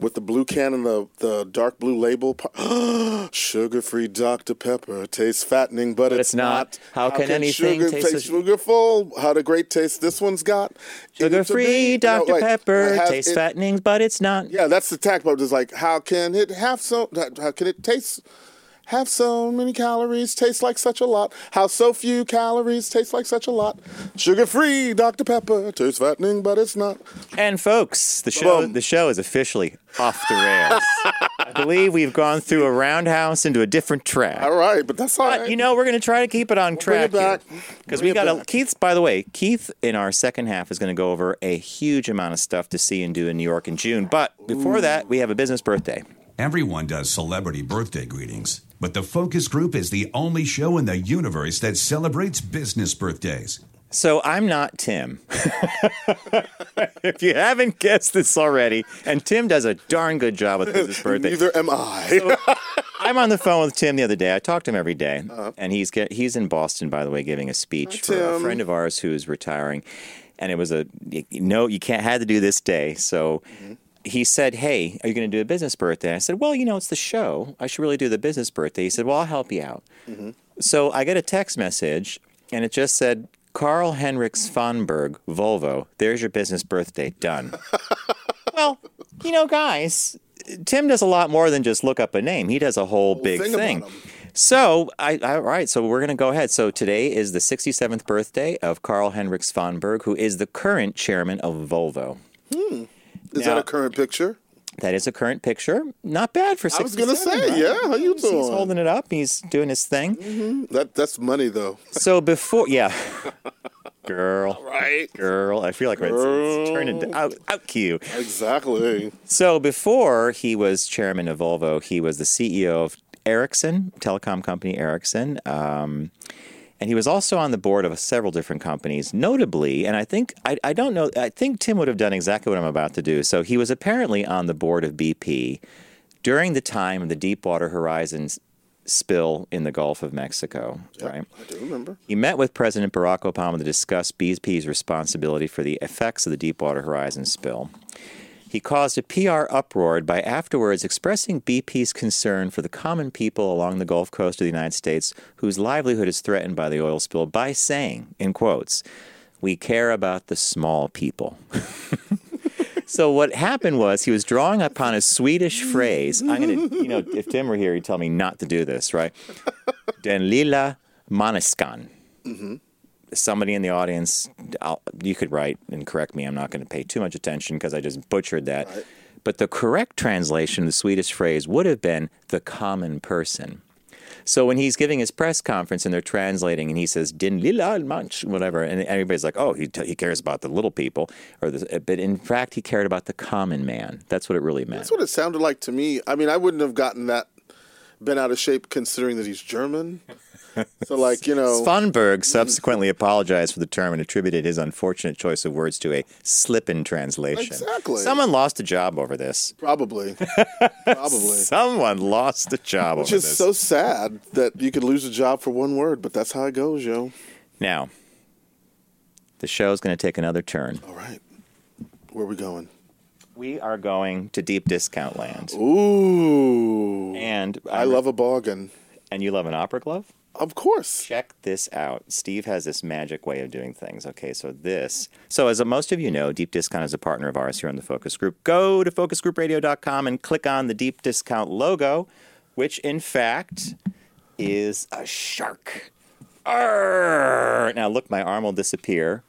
Speaker 7: with the blue can and the, the dark blue label. <gasps> sugar free Dr. Pepper tastes fattening, but,
Speaker 1: it's not. How can anything
Speaker 7: sugar
Speaker 1: taste a-
Speaker 7: taste sugarful? How the great taste this one's got. And it's a
Speaker 1: Sugar-free
Speaker 7: big- no,
Speaker 1: Dr
Speaker 7: like,
Speaker 1: Pepper
Speaker 7: it has-
Speaker 1: tastes
Speaker 7: it-
Speaker 1: fattening, but it's not.
Speaker 7: Yeah, that's the tack part. Is like, how can it have so? How can it taste? Have so many calories, taste like such a lot. How so few calories, taste like such a lot. Sugar free, Dr. Pepper, tastes fattening, but it's not.
Speaker 1: And folks, the show
Speaker 7: Boom.
Speaker 1: the show is officially off the
Speaker 7: <laughs>
Speaker 1: rails. I believe we've gone through a roundhouse into a different track.
Speaker 7: All right, but that's all right.
Speaker 1: But you know, we're going to try to keep it on
Speaker 7: bring
Speaker 1: track
Speaker 7: it back.
Speaker 1: because
Speaker 7: Bring
Speaker 1: we
Speaker 7: it
Speaker 1: got a,
Speaker 7: back.
Speaker 1: Keith's. By the way, Keith in our second half is going to go over a huge amount of stuff to see and do in New York in June. But before that, we have a business birthday.
Speaker 2: Everyone does celebrity birthday greetings, but the Focus Group is the only show in the universe that celebrates business birthdays.
Speaker 1: So I'm not Tim. <laughs> if you haven't guessed this already, and Tim does a darn good job with his birthday.
Speaker 7: Neither am <laughs> I.
Speaker 1: I'm on the phone with Tim the other day. I talk to him every day. and he's get, he's in Boston, by the way, giving a speech for a
Speaker 7: Tim.
Speaker 1: friend of ours who is retiring. And it was a you no, you can't had to do this day. So he said, "Hey, are you going to do a business birthday?" I said, "Well, you know, it's the show. I should really do the business birthday." He said, "Well, I'll help you out." So I get a text message, and it just said. Carl Henricks Fonberg, Volvo, there's your business birthday. Done. well, you know, guys, Tim does a lot more than just look up a name. He does a whole, big
Speaker 7: thing
Speaker 1: thing.
Speaker 7: about him.
Speaker 1: So, I, I, all right, so we're going to go ahead. So, today is the 67th birthday of Carl Henriks Vonberg, who is the current chairman of Volvo.
Speaker 7: Is
Speaker 1: Now-
Speaker 7: that a current picture?
Speaker 1: That is a current picture. Not bad for
Speaker 7: I
Speaker 1: 67.
Speaker 7: was going to say,
Speaker 1: right?
Speaker 7: yeah, how you
Speaker 1: He's
Speaker 7: doing?
Speaker 1: holding it up. He's doing his thing.
Speaker 7: That, that's money, though.
Speaker 1: So before, yeah, <laughs> girl,
Speaker 7: Right.
Speaker 1: girl, I feel like we're it's, it's turning out, out cue.
Speaker 7: Exactly.
Speaker 1: So before he was chairman of Volvo, he was the CEO of Ericsson, telecom company Ericsson. Um, and he was also on the board of several different companies, notably, and I think, I, I don't know, I think Tim would have done exactly what I'm about to do. So he was apparently on the board of BP during the time of the Deepwater Horizon spill in the Gulf of Mexico, right?
Speaker 7: I do remember.
Speaker 1: He met with President Barack Obama to discuss BP's responsibility for the effects of the Deepwater Horizon spill. He caused a PR uproar by afterwards expressing BP's concern for the common people along the Gulf Coast of the United States whose livelihood is threatened by the oil spill by saying, in quotes, we care about the small people. <laughs> so what happened was he was drawing upon a Swedish phrase. I'm gonna, you know, if Tim were here, he'd tell me not to do this, right? Den lilla maniskan. Mm-hmm. Somebody in the audience, I'll, you could write and correct me. I'm not going to pay too much attention because I just butchered that. But the correct translation of the Swedish phrase would have been the common person. So when he's giving his press conference and they're translating and he says din lila manch whatever and everybody's like oh he, he cares about the little people or the, but in fact he cared about the common man that's what it really meant
Speaker 7: That's what it sounded like to me. I mean, I wouldn't have gotten that been out of shape considering that he's German. So like, you know,
Speaker 1: Svanberg subsequently apologized for the term and attributed his unfortunate choice of words to a slip in translation.
Speaker 7: Exactly.
Speaker 1: Someone lost a job over this. <laughs>
Speaker 7: probably. Probably.
Speaker 1: Someone lost a job
Speaker 7: Which
Speaker 1: over
Speaker 7: is
Speaker 1: this.
Speaker 7: so sad that you could lose a job for one word, but that's how it goes, yo.
Speaker 1: now, the show's going to take another turn.
Speaker 7: All right. Where we going?
Speaker 1: We are going to deep discount land.
Speaker 7: Ooh.
Speaker 1: And uh,
Speaker 7: I love a bargain.
Speaker 1: And you love an opera glove?
Speaker 7: Of course.
Speaker 1: check this out. Steve has this magic way of doing things. Okay, so this. So, as most of you know, Deep Discount is a partner of ours here on the Focus Group. Go to focusgroupradio.com and click on the Deep Discount logo, which in fact is a shark. Arr! Now, look, my arm will disappear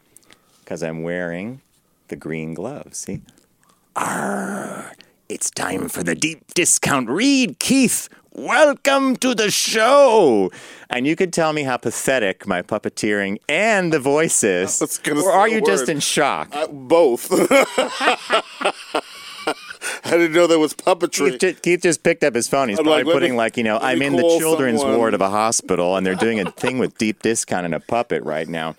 Speaker 1: because I'm wearing the green glove. See? Arr! It's time for the deep discount read, Keith. Welcome to the show. And you could tell me how pathetic my puppeteering and the voice
Speaker 7: <laughs>
Speaker 1: is.
Speaker 7: was gonna
Speaker 1: or are
Speaker 7: say
Speaker 1: you
Speaker 7: the
Speaker 1: just
Speaker 7: word.
Speaker 1: in shock?
Speaker 7: I, both. <laughs> I didn't know there was puppetry.
Speaker 1: Keith just, Keith just picked up his phone. He's
Speaker 7: I'm
Speaker 1: probably
Speaker 7: like, let me-
Speaker 1: putting like, you know,
Speaker 7: let me
Speaker 1: I'm in the
Speaker 7: call
Speaker 1: children's
Speaker 7: someone."
Speaker 1: ward of a hospital, and they're doing a thing with deep discount and a puppet right
Speaker 7: <laughs>
Speaker 1: now.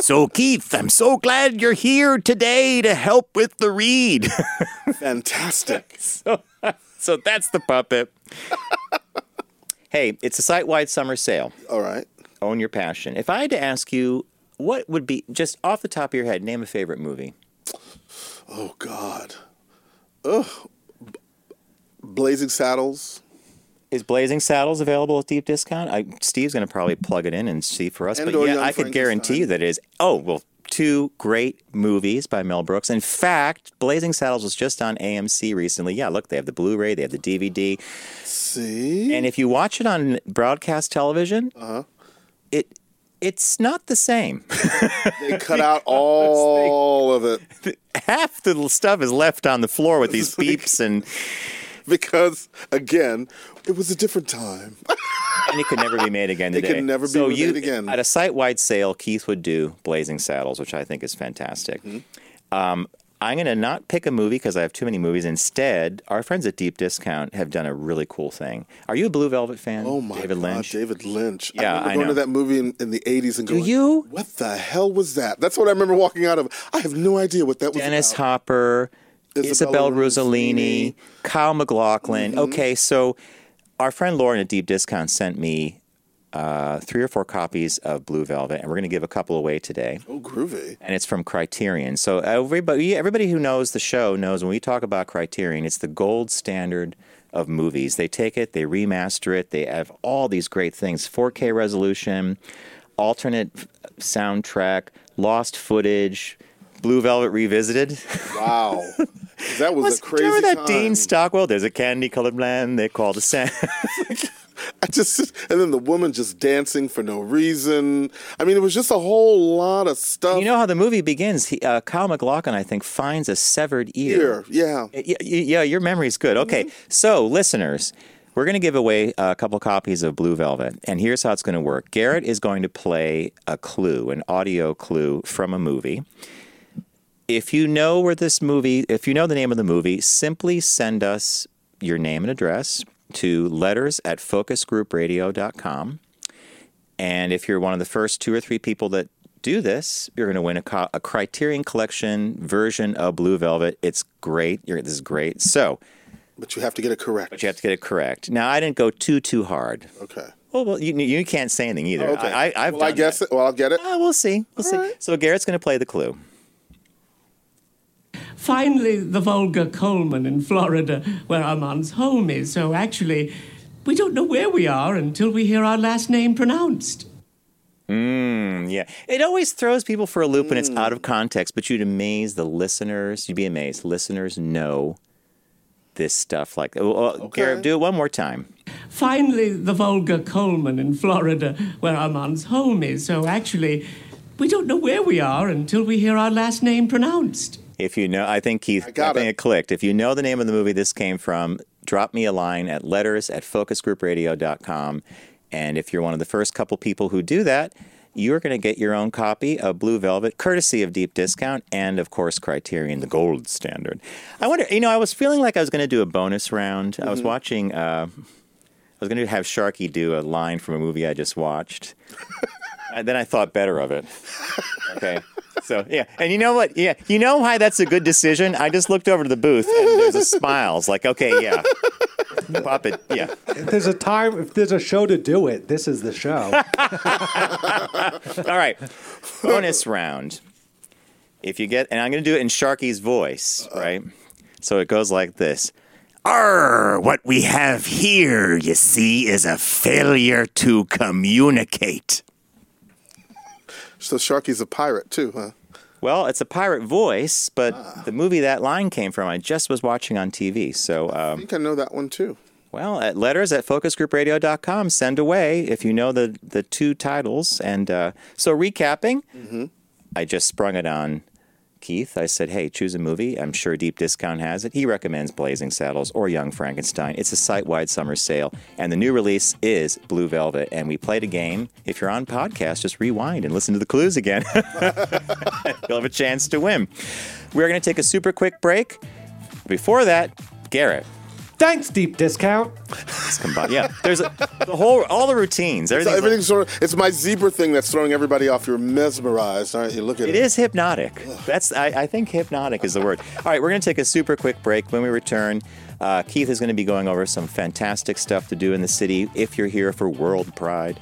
Speaker 1: So Keith, I'm so glad you're here today to help with the <laughs> read.
Speaker 7: Fantastic.
Speaker 1: so that's the puppet. <laughs> hey, it's a site-wide summer sale.
Speaker 7: All right.
Speaker 1: Own your passion. If I had to ask you, what would be just off the top of your head? Name a favorite movie.
Speaker 7: Oh God. Ugh. B- Blazing Saddles.
Speaker 1: Is Blazing Saddles available at deep discount? I, Steve's going to probably plug it in and see for us.
Speaker 7: And
Speaker 1: but
Speaker 7: or
Speaker 1: yeah,
Speaker 7: Young
Speaker 1: I could
Speaker 7: Frankenstein.
Speaker 1: guarantee you that it is. Oh well, two great movies by Mel Brooks. In fact, Blazing Saddles was just on AMC recently. Yeah, look, they have the Blu-ray, they have the DVD,
Speaker 7: See.
Speaker 1: and if you watch it on broadcast television,
Speaker 7: Uh-huh.
Speaker 1: it it's not the same. <laughs>
Speaker 7: They cut out all of it
Speaker 1: Half the stuff is left on the floor
Speaker 7: <laughs>
Speaker 1: with these beeps and.
Speaker 7: because, again, it was a different time.
Speaker 1: and it could never be made again
Speaker 7: <laughs> It
Speaker 1: today.
Speaker 7: could never be
Speaker 1: so
Speaker 7: remade
Speaker 1: you,
Speaker 7: again.
Speaker 1: At a site-wide sale, Keith would do Blazing Saddles, which I think is fantastic.
Speaker 7: Mm-hmm.
Speaker 1: Um, I'm going to not pick a movie because I have too many movies. Instead, our friends at Deep Discount have done a really cool thing. Are you a Blue Velvet fan?
Speaker 7: Oh my
Speaker 1: David
Speaker 7: God,
Speaker 1: Lynch.
Speaker 7: David Lynch.
Speaker 1: Yeah,
Speaker 7: I remember
Speaker 1: I
Speaker 7: going
Speaker 1: know.
Speaker 7: to that movie in, in the '80s and
Speaker 1: Do
Speaker 7: going,
Speaker 1: you?
Speaker 7: What the hell was that?" That's what I remember walking out of. I have no idea what that was.
Speaker 1: Dennis
Speaker 7: about.
Speaker 1: Hopper, Isabel
Speaker 7: Isabella
Speaker 1: Rossellini,
Speaker 7: Rossellini.
Speaker 1: Kyle McLaughlin. Okay, so our friend Lauren at Deep Discount sent me uh, three or four copies of Blue Velvet, and we're going to give a couple away today.
Speaker 7: Oh, groovy.
Speaker 1: and it's from Criterion. So everybody, everybody who knows the show knows when we talk about Criterion, it's the gold standard of movies. They take it, they remaster it, they have all these great things: 4K resolution, alternate f- soundtrack, lost footage, Blue Velvet revisited. <laughs>
Speaker 7: Wow, that was,
Speaker 1: Was-
Speaker 7: a crazy
Speaker 1: remember that
Speaker 7: time.
Speaker 1: Dean Stockwell? There's a candy-colored man they call the sand.
Speaker 7: I just and then the woman just dancing for no reason. I mean, it was just a whole lot of stuff.
Speaker 1: you know how the movie begins? He, uh, Kyle McLaughlin, I think, finds a severed
Speaker 7: here, yeah. Mm-hmm.
Speaker 1: Y- y- yeah, your memory's good. Okay, so listeners, we're going to give away a couple copies of Blue Velvet, and here's how it's going to work. Garrett is going to play a clue, an audio clue from a movie. If you know where this movie, if you know the name of the movie, simply send us your name and address to letters at focusgroupradio.com. And if you're one of the first two or three people that do this, you're going to win a, co- a Criterion Collection version of Blue Velvet. It's great. You're, this is great. So,
Speaker 7: But you have to get it correct.
Speaker 1: but you have to get it correct. Now, I didn't go too too hard.
Speaker 7: okay.
Speaker 1: Well, well, you, you can't say anything either.
Speaker 7: Okay.
Speaker 1: I, I, I've
Speaker 7: well, I
Speaker 1: done
Speaker 7: guess
Speaker 1: that.
Speaker 7: it. Well, I'll get it.
Speaker 1: Ah, we'll see. We'll see. So Garrett's going to play the clue.
Speaker 12: finally the Volga Coleman in Florida, where Armand's home is. So actually, we don't know where we are until we hear our last name pronounced.
Speaker 1: Mm, yeah. It always throws people for a loop when it's
Speaker 7: Hmm.
Speaker 1: out of context, but you'd amaze the listeners. You'd be amazed. Listeners know this stuff. Like, oh, oh, Garib, do it one more time.
Speaker 12: Finally, the Volga Coleman in Florida, where Armand's home is. So actually, we don't know where we are until we hear our last name pronounced.
Speaker 1: If you know, I think Keith, I, think it. clicked. If you know the name of the movie this came from, drop me a line at letters at focusgroupradio.com. And if you're one of the first couple people who do that, you're going to get your own copy of Blue Velvet, courtesy of Deep Discount, and of course, Criterion, the gold standard. I wonder, you know, I was feeling like I was going to do a bonus round. I was
Speaker 7: Mhm.
Speaker 1: watching, uh, I was going to have Sharky do a line from a movie I just <laughs> watched. and then I thought better of it. Okay. So, yeah. And you know what? Yeah. You know why that's a good decision? I just looked over to the booth and there's a smile. It's like, okay, yeah. Pop it. Yeah.
Speaker 8: If there's a time, if there's a show to do it, this is the show.
Speaker 1: All right. Bonus round. If you get, and I'm going to do it in Sharky's voice, right? So it goes like this
Speaker 13: Arr, what we have here, you see, is a failure to communicate.
Speaker 7: So Sharky's a pirate too, huh?
Speaker 1: Well, it's a pirate voice, but the movie that line came from, I just was watching on TV. So um, I think
Speaker 7: I know that one too.
Speaker 1: Well, at letters at focusgroupradio.com, send away if you know the, the two titles. And uh, so, recapping, I just sprung it on Keith. I said, hey, choose a movie. I'm sure Deep Discount has it. He recommends Blazing Saddles or Young Frankenstein. It's a site wide summer sale. And the new release is Blue Velvet. And we played a game. If you're on podcast, just rewind and listen to the clues again. <laughs> You'll have a chance to win. We're going to take a super quick break. Before that, Garrett.
Speaker 8: Thanks, deep discount.
Speaker 1: It's combined. Yeah, there's a, the whole all the routines.
Speaker 7: It's,
Speaker 1: Everything's
Speaker 7: everything's sort of, it's my zebra thing that's throwing everybody off. You're mesmerized, aren't you? Look at it.
Speaker 1: It is hypnotic. That's I, I think hypnotic is the word. All right, we're going to take a super quick break. When we return, uh, Keith is going to be going over some fantastic stuff to do in the city if you're here for World Pride.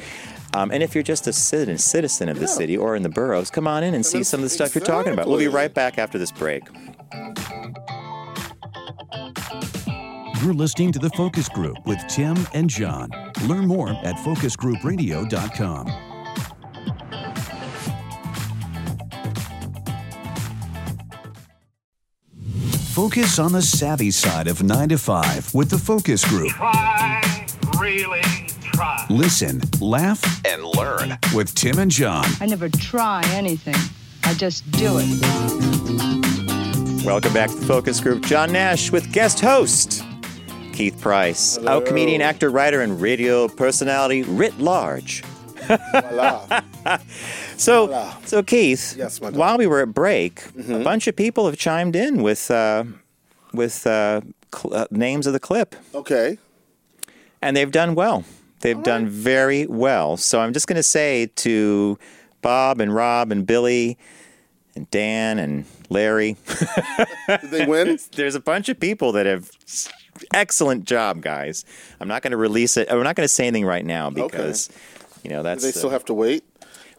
Speaker 1: Um, and if you're just a citizen, citizen of the city or in the boroughs, come on in and see some of the stuff you're talking about. We'll be right back after this break.
Speaker 2: You're listening to The Focus Group with Tim and John. Learn more at focusgroupradio.com. Focus on the savvy side of 9 to 5 with The Focus Group.
Speaker 14: Try, really try.
Speaker 2: Listen, laugh, and learn with Tim and John.
Speaker 15: I never try anything. I just do it.
Speaker 1: Welcome back to the Focus Group. John Nash with guest host Keith Price,
Speaker 7: Hello.
Speaker 1: out comedian, actor, writer, and radio personality writ large. so, so Keith, while we were at break,
Speaker 7: Mm-hmm.
Speaker 1: a bunch of people have chimed in with uh, with uh, cl- uh, names of the clip.
Speaker 7: Okay.
Speaker 1: And they've done well. They've done very well. So I'm just going to say to Bob and Rob and Billy and Dan and Larry. <laughs> Did
Speaker 7: they
Speaker 1: <laughs>
Speaker 7: win?
Speaker 1: There's a bunch of people that have excellent job, guys. I'm not going to release it. I'm not going to say anything right now because you know that's
Speaker 7: they still
Speaker 1: uh,
Speaker 7: have to wait?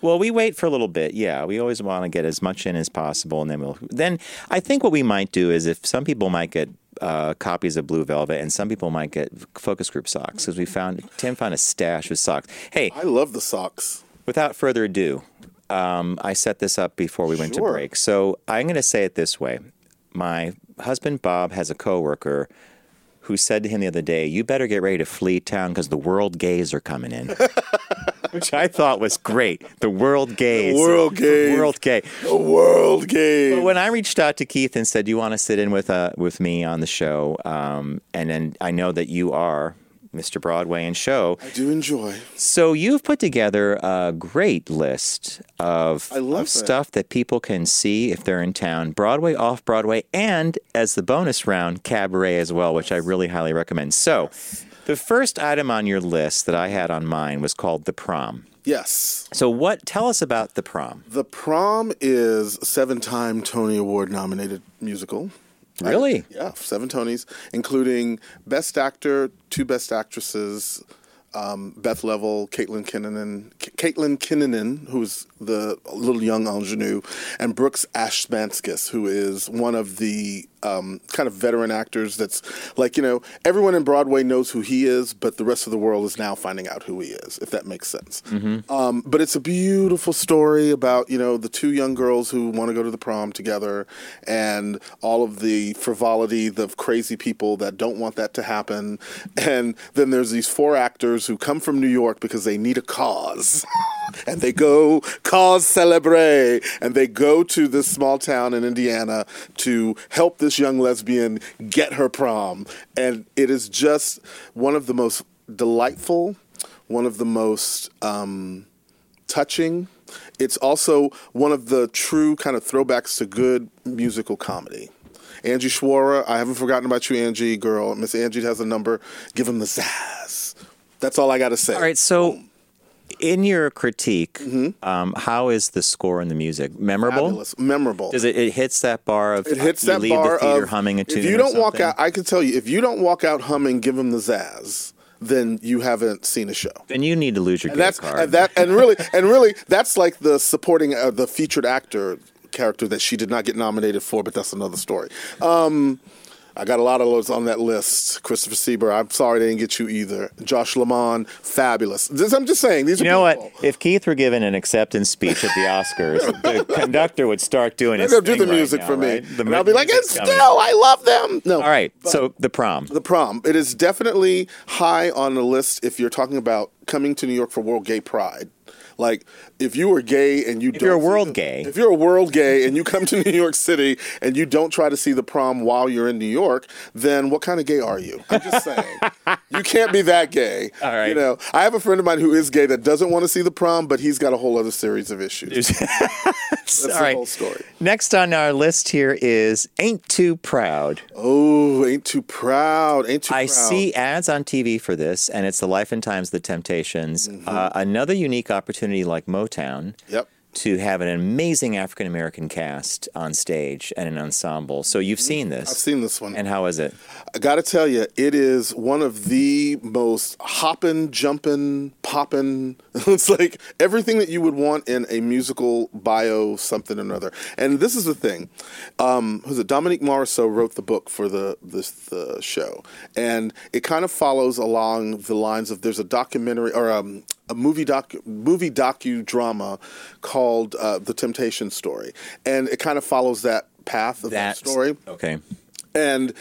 Speaker 1: well, we wait for a little bit. Yeah, we always want to get as much in as possible, and then we'll. Then I think what we might do is if some people might get uh, copies of Blue Velvet, and some people might get focus group socks because we found Tim found a stash of socks. Hey, I
Speaker 7: love the socks.
Speaker 1: Without further ado, um, I set this up before we went to
Speaker 7: Sure.
Speaker 1: break, so I'm going to say it this way: My husband Bob has a coworker. Who said to him the other day, "You better get ready to flee town because the world gays are coming in."
Speaker 7: <laughs>
Speaker 1: which I thought was great. The world gaze.
Speaker 7: world gaze.
Speaker 1: The world gaze.
Speaker 7: The world gaze.
Speaker 1: But when I reached out to Keith and said, "Do you want to sit in with uh, with me on the show?" Um, and then I know that you are Mr. Broadway and show. I
Speaker 7: do enjoy.
Speaker 1: So you've put together a great list of,
Speaker 7: I love
Speaker 1: of
Speaker 7: it.
Speaker 1: stuff that people can see if they're in town, Broadway, off Broadway, and as the bonus round, cabaret as well, which I really highly recommend. So. The first item on your list that I had on mine was called the prom.
Speaker 7: Yes.
Speaker 1: So what? Tell us about the prom.
Speaker 7: The Prom is a seven time Tony Award nominated musical.
Speaker 1: Really?
Speaker 7: yeah, seven Tonys, including Best Actor, two Best Actresses, um, Beth Level, Caitlin Kinnanen, K- Caitlin Kinnanen, who's the little young ingenue, and Brooks Ashmanskis, who is one of the um, kind of veteran actors that's like, you know, everyone in Broadway knows who he is, but the rest of the world is now finding out who he is, if that makes sense.
Speaker 1: Mhm.
Speaker 7: Um, but it's a beautiful story about, you know, the two young girls who want to go to the prom together and all of the frivolity, the crazy people that don't want that to happen. And then there's these four actors who come from New York because they need a cause. <laughs> and they go cause celebre and they go to this small town in indiana to help this young lesbian get her prom and it is just one of the most delightful one of the most um, touching it's also one of the true kind of throwbacks to good musical comedy angie schwarer i haven't forgotten about you angie girl miss angie has a number give him the zazz that's all i gotta say
Speaker 1: All right,
Speaker 7: Oh.
Speaker 1: so in your critique, um, how is the score and the music memorable?
Speaker 7: Mm-hmm. Fabulous. Memorable.
Speaker 1: Does it, it hits that bar of
Speaker 7: It hits
Speaker 1: you
Speaker 7: that
Speaker 1: leave
Speaker 7: bar
Speaker 1: the theater
Speaker 7: of
Speaker 1: humming a tune?
Speaker 7: If you
Speaker 1: or
Speaker 7: don't walk
Speaker 1: something?
Speaker 7: out, I can tell you, if you don't walk out humming, give him the zazz, then you haven't seen a show.
Speaker 1: then you need to lose your
Speaker 7: And
Speaker 1: gift
Speaker 7: that's
Speaker 1: card.
Speaker 7: and that and
Speaker 1: <laughs>
Speaker 7: really and really that's like the supporting uh, the featured actor character that she did not get nominated for, but that's another story. Um, I got a lot of those on that list. Christopher Sieber, I'm sorry they didn't get you either. Josh Lamont, fabulous. This, I'm just saying these
Speaker 1: you
Speaker 7: are
Speaker 1: know
Speaker 7: people.
Speaker 1: what? If Keith were given an acceptance speech at the
Speaker 7: <laughs>
Speaker 1: Oscars, the conductor would start doing his
Speaker 7: They'll do
Speaker 1: thing
Speaker 7: the
Speaker 1: right
Speaker 7: music
Speaker 1: now,
Speaker 7: for me.
Speaker 1: right? The
Speaker 7: and I'll be like, and
Speaker 1: music's
Speaker 7: still,
Speaker 1: coming.
Speaker 7: I love them. No.
Speaker 1: All right, so the prom.
Speaker 7: The prom. It is definitely high on the list if you're talking about coming to New York for World Gay Pride. Like, if you are gay and you
Speaker 1: If
Speaker 7: don't
Speaker 1: you're a
Speaker 7: see
Speaker 1: world
Speaker 7: the-
Speaker 1: gay.
Speaker 7: if you're a world gay and you come to New York City and you don't try to see the prom while you're in New York, then what kind of gay are you? I'm
Speaker 1: <laughs>
Speaker 7: just saying, you can't be that gay. All right. You know, I have a friend of mine who is gay that doesn't want to see the prom, but he's got a whole other series of issues. That's
Speaker 1: All
Speaker 7: the
Speaker 1: right.
Speaker 7: whole story.
Speaker 1: Next on our list here is Ain't Too Proud.
Speaker 7: Oh, Ain't Too Proud. Ain't Too
Speaker 1: I
Speaker 7: Proud.
Speaker 1: see ads on TV for this, and it's The Life and Times of the Temptations. Uh, another unique opportunity like Motown
Speaker 7: Mm-hmm. Yep.
Speaker 1: to have an amazing African American cast on stage and an ensemble. So you've seen this. I've
Speaker 7: Mm-hmm. seen this one.
Speaker 1: And how is it?
Speaker 7: I gotta tell you, it is one of the most hopping, jumping, popping. <laughs> it's like everything that you would want in a musical bio, something or another. And this is the thing: um, who's it? Dominique Morisseau wrote the book for the this the show, and it kind of follows along the lines of there's a documentary or um, a movie doc movie docudrama called uh, The Temptation Story, and it kind of follows that path of that story
Speaker 1: Okay.
Speaker 7: and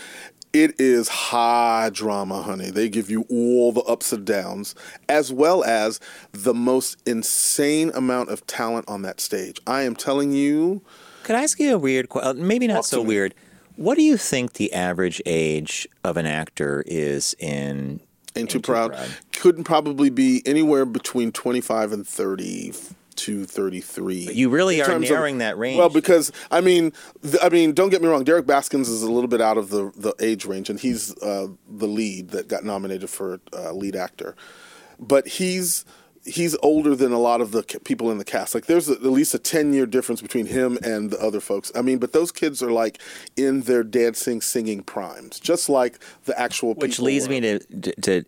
Speaker 7: it is high drama, honey. They give you all the ups and downs, as well as the most insane amount of talent on that stage. I am telling you,
Speaker 1: Could I ask you a weird question? Maybe not so weird. What do you think the average age of an actor is in?
Speaker 7: ain't too proud. Couldn't probably be anywhere between 25 and 30 to 33.
Speaker 1: You really
Speaker 7: in
Speaker 1: are
Speaker 7: terms of-
Speaker 1: narrowing that range.
Speaker 7: Well, because I mean, th- I mean, don't get me wrong. Derek Baskins is a little bit out of the the age range, and he's uh, the lead that got nominated for uh, lead actor, but he's. He's older than a lot of the ca- people in the cast. Like, there's at least a 10 year difference between him and the other folks. I mean, but those kids are like in their dancing, singing primes, just like the actual
Speaker 1: Which
Speaker 7: people
Speaker 1: leads
Speaker 7: were.
Speaker 1: me to to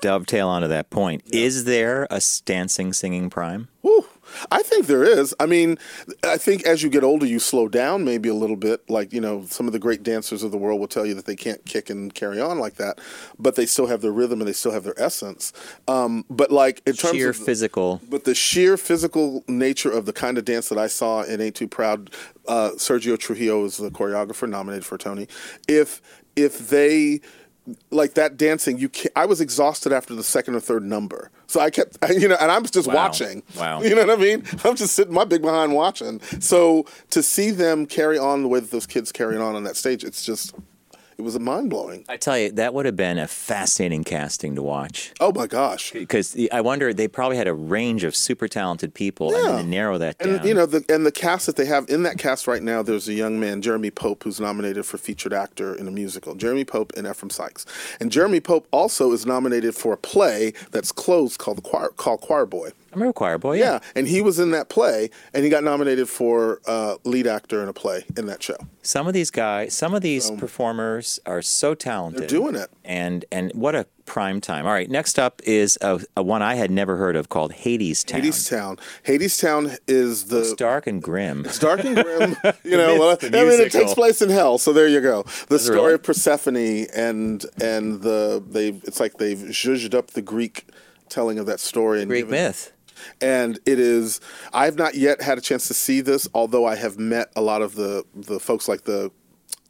Speaker 1: dovetail onto that point. Is there a dancing singing prime?
Speaker 7: Whew. I think there is. I mean, I think as you get older, you slow down maybe a little bit. Like, you know, some of the great dancers of the world will tell you that they can't kick and carry on like that, but they still have their rhythm and they still have their essence. Um, but, like, in terms
Speaker 1: Sheer
Speaker 7: of. the-
Speaker 1: physical.
Speaker 7: but the sheer physical nature of the kind of dance that I saw in Ain't Too Proud, uh, Sergio Trujillo is the choreographer nominated for Tony. If if they like that dancing, you can I was exhausted after the second or third number, so I kept <laughs> you know, and I'm just
Speaker 1: Wow.
Speaker 7: watching.
Speaker 1: Wow.
Speaker 7: <laughs> you know what I mean? I'm just sitting my big behind watching. So to see them carry on the way that those kids carrying on on that stage, it's just it was mind blowing.
Speaker 1: I tell you, that would have been a fascinating casting to watch.
Speaker 7: Oh my gosh!
Speaker 1: Because I wonder, they probably had a range of super talented people, and then to narrow that down.
Speaker 7: And you know, the and the cast that they have in that cast right now, there's a young man, Jeremy Pope, who's nominated for featured actor in a musical. Jeremy Pope and Ephraim Sykes, and Jeremy Pope also is nominated for a play that's closed called the Choir, called Choir Boy.
Speaker 1: I remember Choir Boy.
Speaker 7: Yeah. and he was in that play, and he got nominated for uh, lead actor in a play in that show.
Speaker 1: Some of these guys, some of these performers are so talented.
Speaker 7: They're doing it.
Speaker 1: And and what a prime time. All right, next up is a, a one I had never heard of called Hades Town.
Speaker 7: Hades Town. Hades Town is the
Speaker 1: It's dark and grim.
Speaker 7: It's dark
Speaker 1: <laughs>
Speaker 7: and grim. You know, well, I
Speaker 1: It's the
Speaker 7: mean, it
Speaker 1: musical.
Speaker 7: takes place in hell, so there you go. The
Speaker 1: Does it
Speaker 7: story
Speaker 1: really?
Speaker 7: of Persephone and and the they it's like they've zhuzhed up the Greek telling of that story and
Speaker 1: Greek
Speaker 7: given-
Speaker 1: myth.
Speaker 7: And it is. I've not yet had a chance to see this, although I have met a lot of the the folks like the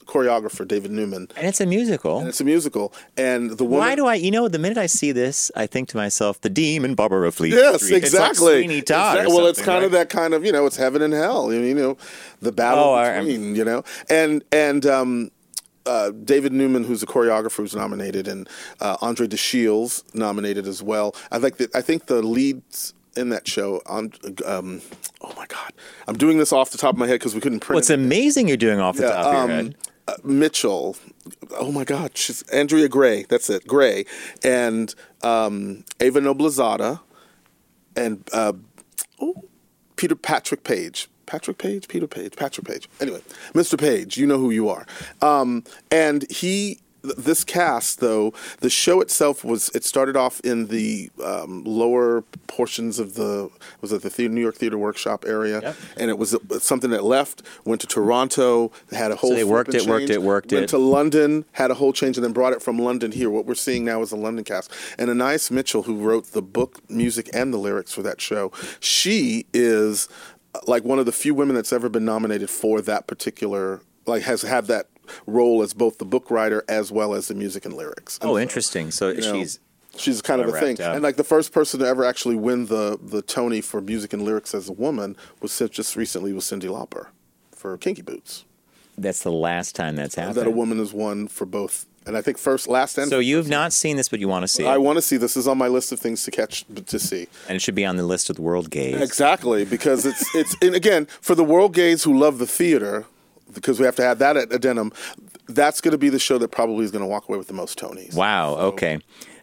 Speaker 7: choreographer David Newman.
Speaker 1: And it's a musical.
Speaker 7: And it's a musical. And the woman.
Speaker 1: Why do I? You know, the minute I see this, I think to myself, "The Demon Barbara Fleet."
Speaker 7: Yes,
Speaker 1: Street. It's like
Speaker 7: exactly.
Speaker 1: Sweeney Todd. or
Speaker 7: Exact- well, it's
Speaker 1: something,
Speaker 7: kind
Speaker 1: right?
Speaker 7: of that kind of you know, it's heaven and hell. You know, the battle
Speaker 1: Oh, I-
Speaker 7: between. you know, and and um, uh, David Newman, who's a choreographer, who's nominated, and uh, Andre DeShields nominated as well. I think that I think the leads in that show. On, um, oh my God, I'm doing this off the top of my head because we couldn't print.
Speaker 1: Well, it's
Speaker 7: it.
Speaker 1: amazing you're doing off the
Speaker 7: Yeah,
Speaker 1: top of your
Speaker 7: um,
Speaker 1: head.
Speaker 7: uh, Mitchell. Oh my God, she's Andrea Gray. That's it, Gray, and um, Ava Noblezada, and uh, oh, Peter Patrick Page. Patrick Page, Peter Page, Patrick Page. Anyway, Mr. Page, you know who you are. Um, and he, th- this cast though, the show itself was. It started off in the um, lower portions of the was it the the- New York Theater Workshop area, and it was uh, something that left, went to Toronto, had a whole.
Speaker 1: they
Speaker 7: flip
Speaker 1: worked
Speaker 7: and
Speaker 1: it, worked
Speaker 7: change,
Speaker 1: it, worked
Speaker 7: went
Speaker 1: it.
Speaker 7: to London, had a whole change, and then brought it from London here. What we're seeing now is the London cast. And Anais Mitchell, who wrote the book, music, and the lyrics for that show, she is uh, like one of the few women that's ever been nominated for that particular, like, has had that role as both the book writer as well as the music and lyrics. And
Speaker 1: Oh,
Speaker 7: so,
Speaker 1: interesting. So
Speaker 7: you know,
Speaker 1: she's
Speaker 7: She's kind of a
Speaker 1: kinda
Speaker 7: thing,
Speaker 1: wrapped up.
Speaker 7: and like the first person to ever actually win the the Tony for music and lyrics as a woman was cin- just recently was Cindy Lauper for Kinky Boots
Speaker 1: that's the last time that's happened.
Speaker 7: that a woman has won for both. And I think first, last, and
Speaker 1: So you've not seen this, but you want to see it,
Speaker 7: I want to see this is on my list of things to catch to see.
Speaker 1: and it should be on the list of the world gaze.
Speaker 7: Exactly because it's it's and again for the world gays who love the theater because we have to have that at addendum. That's going to be the show that probably is going to walk away with the most Tonys.
Speaker 1: Wow. Okay.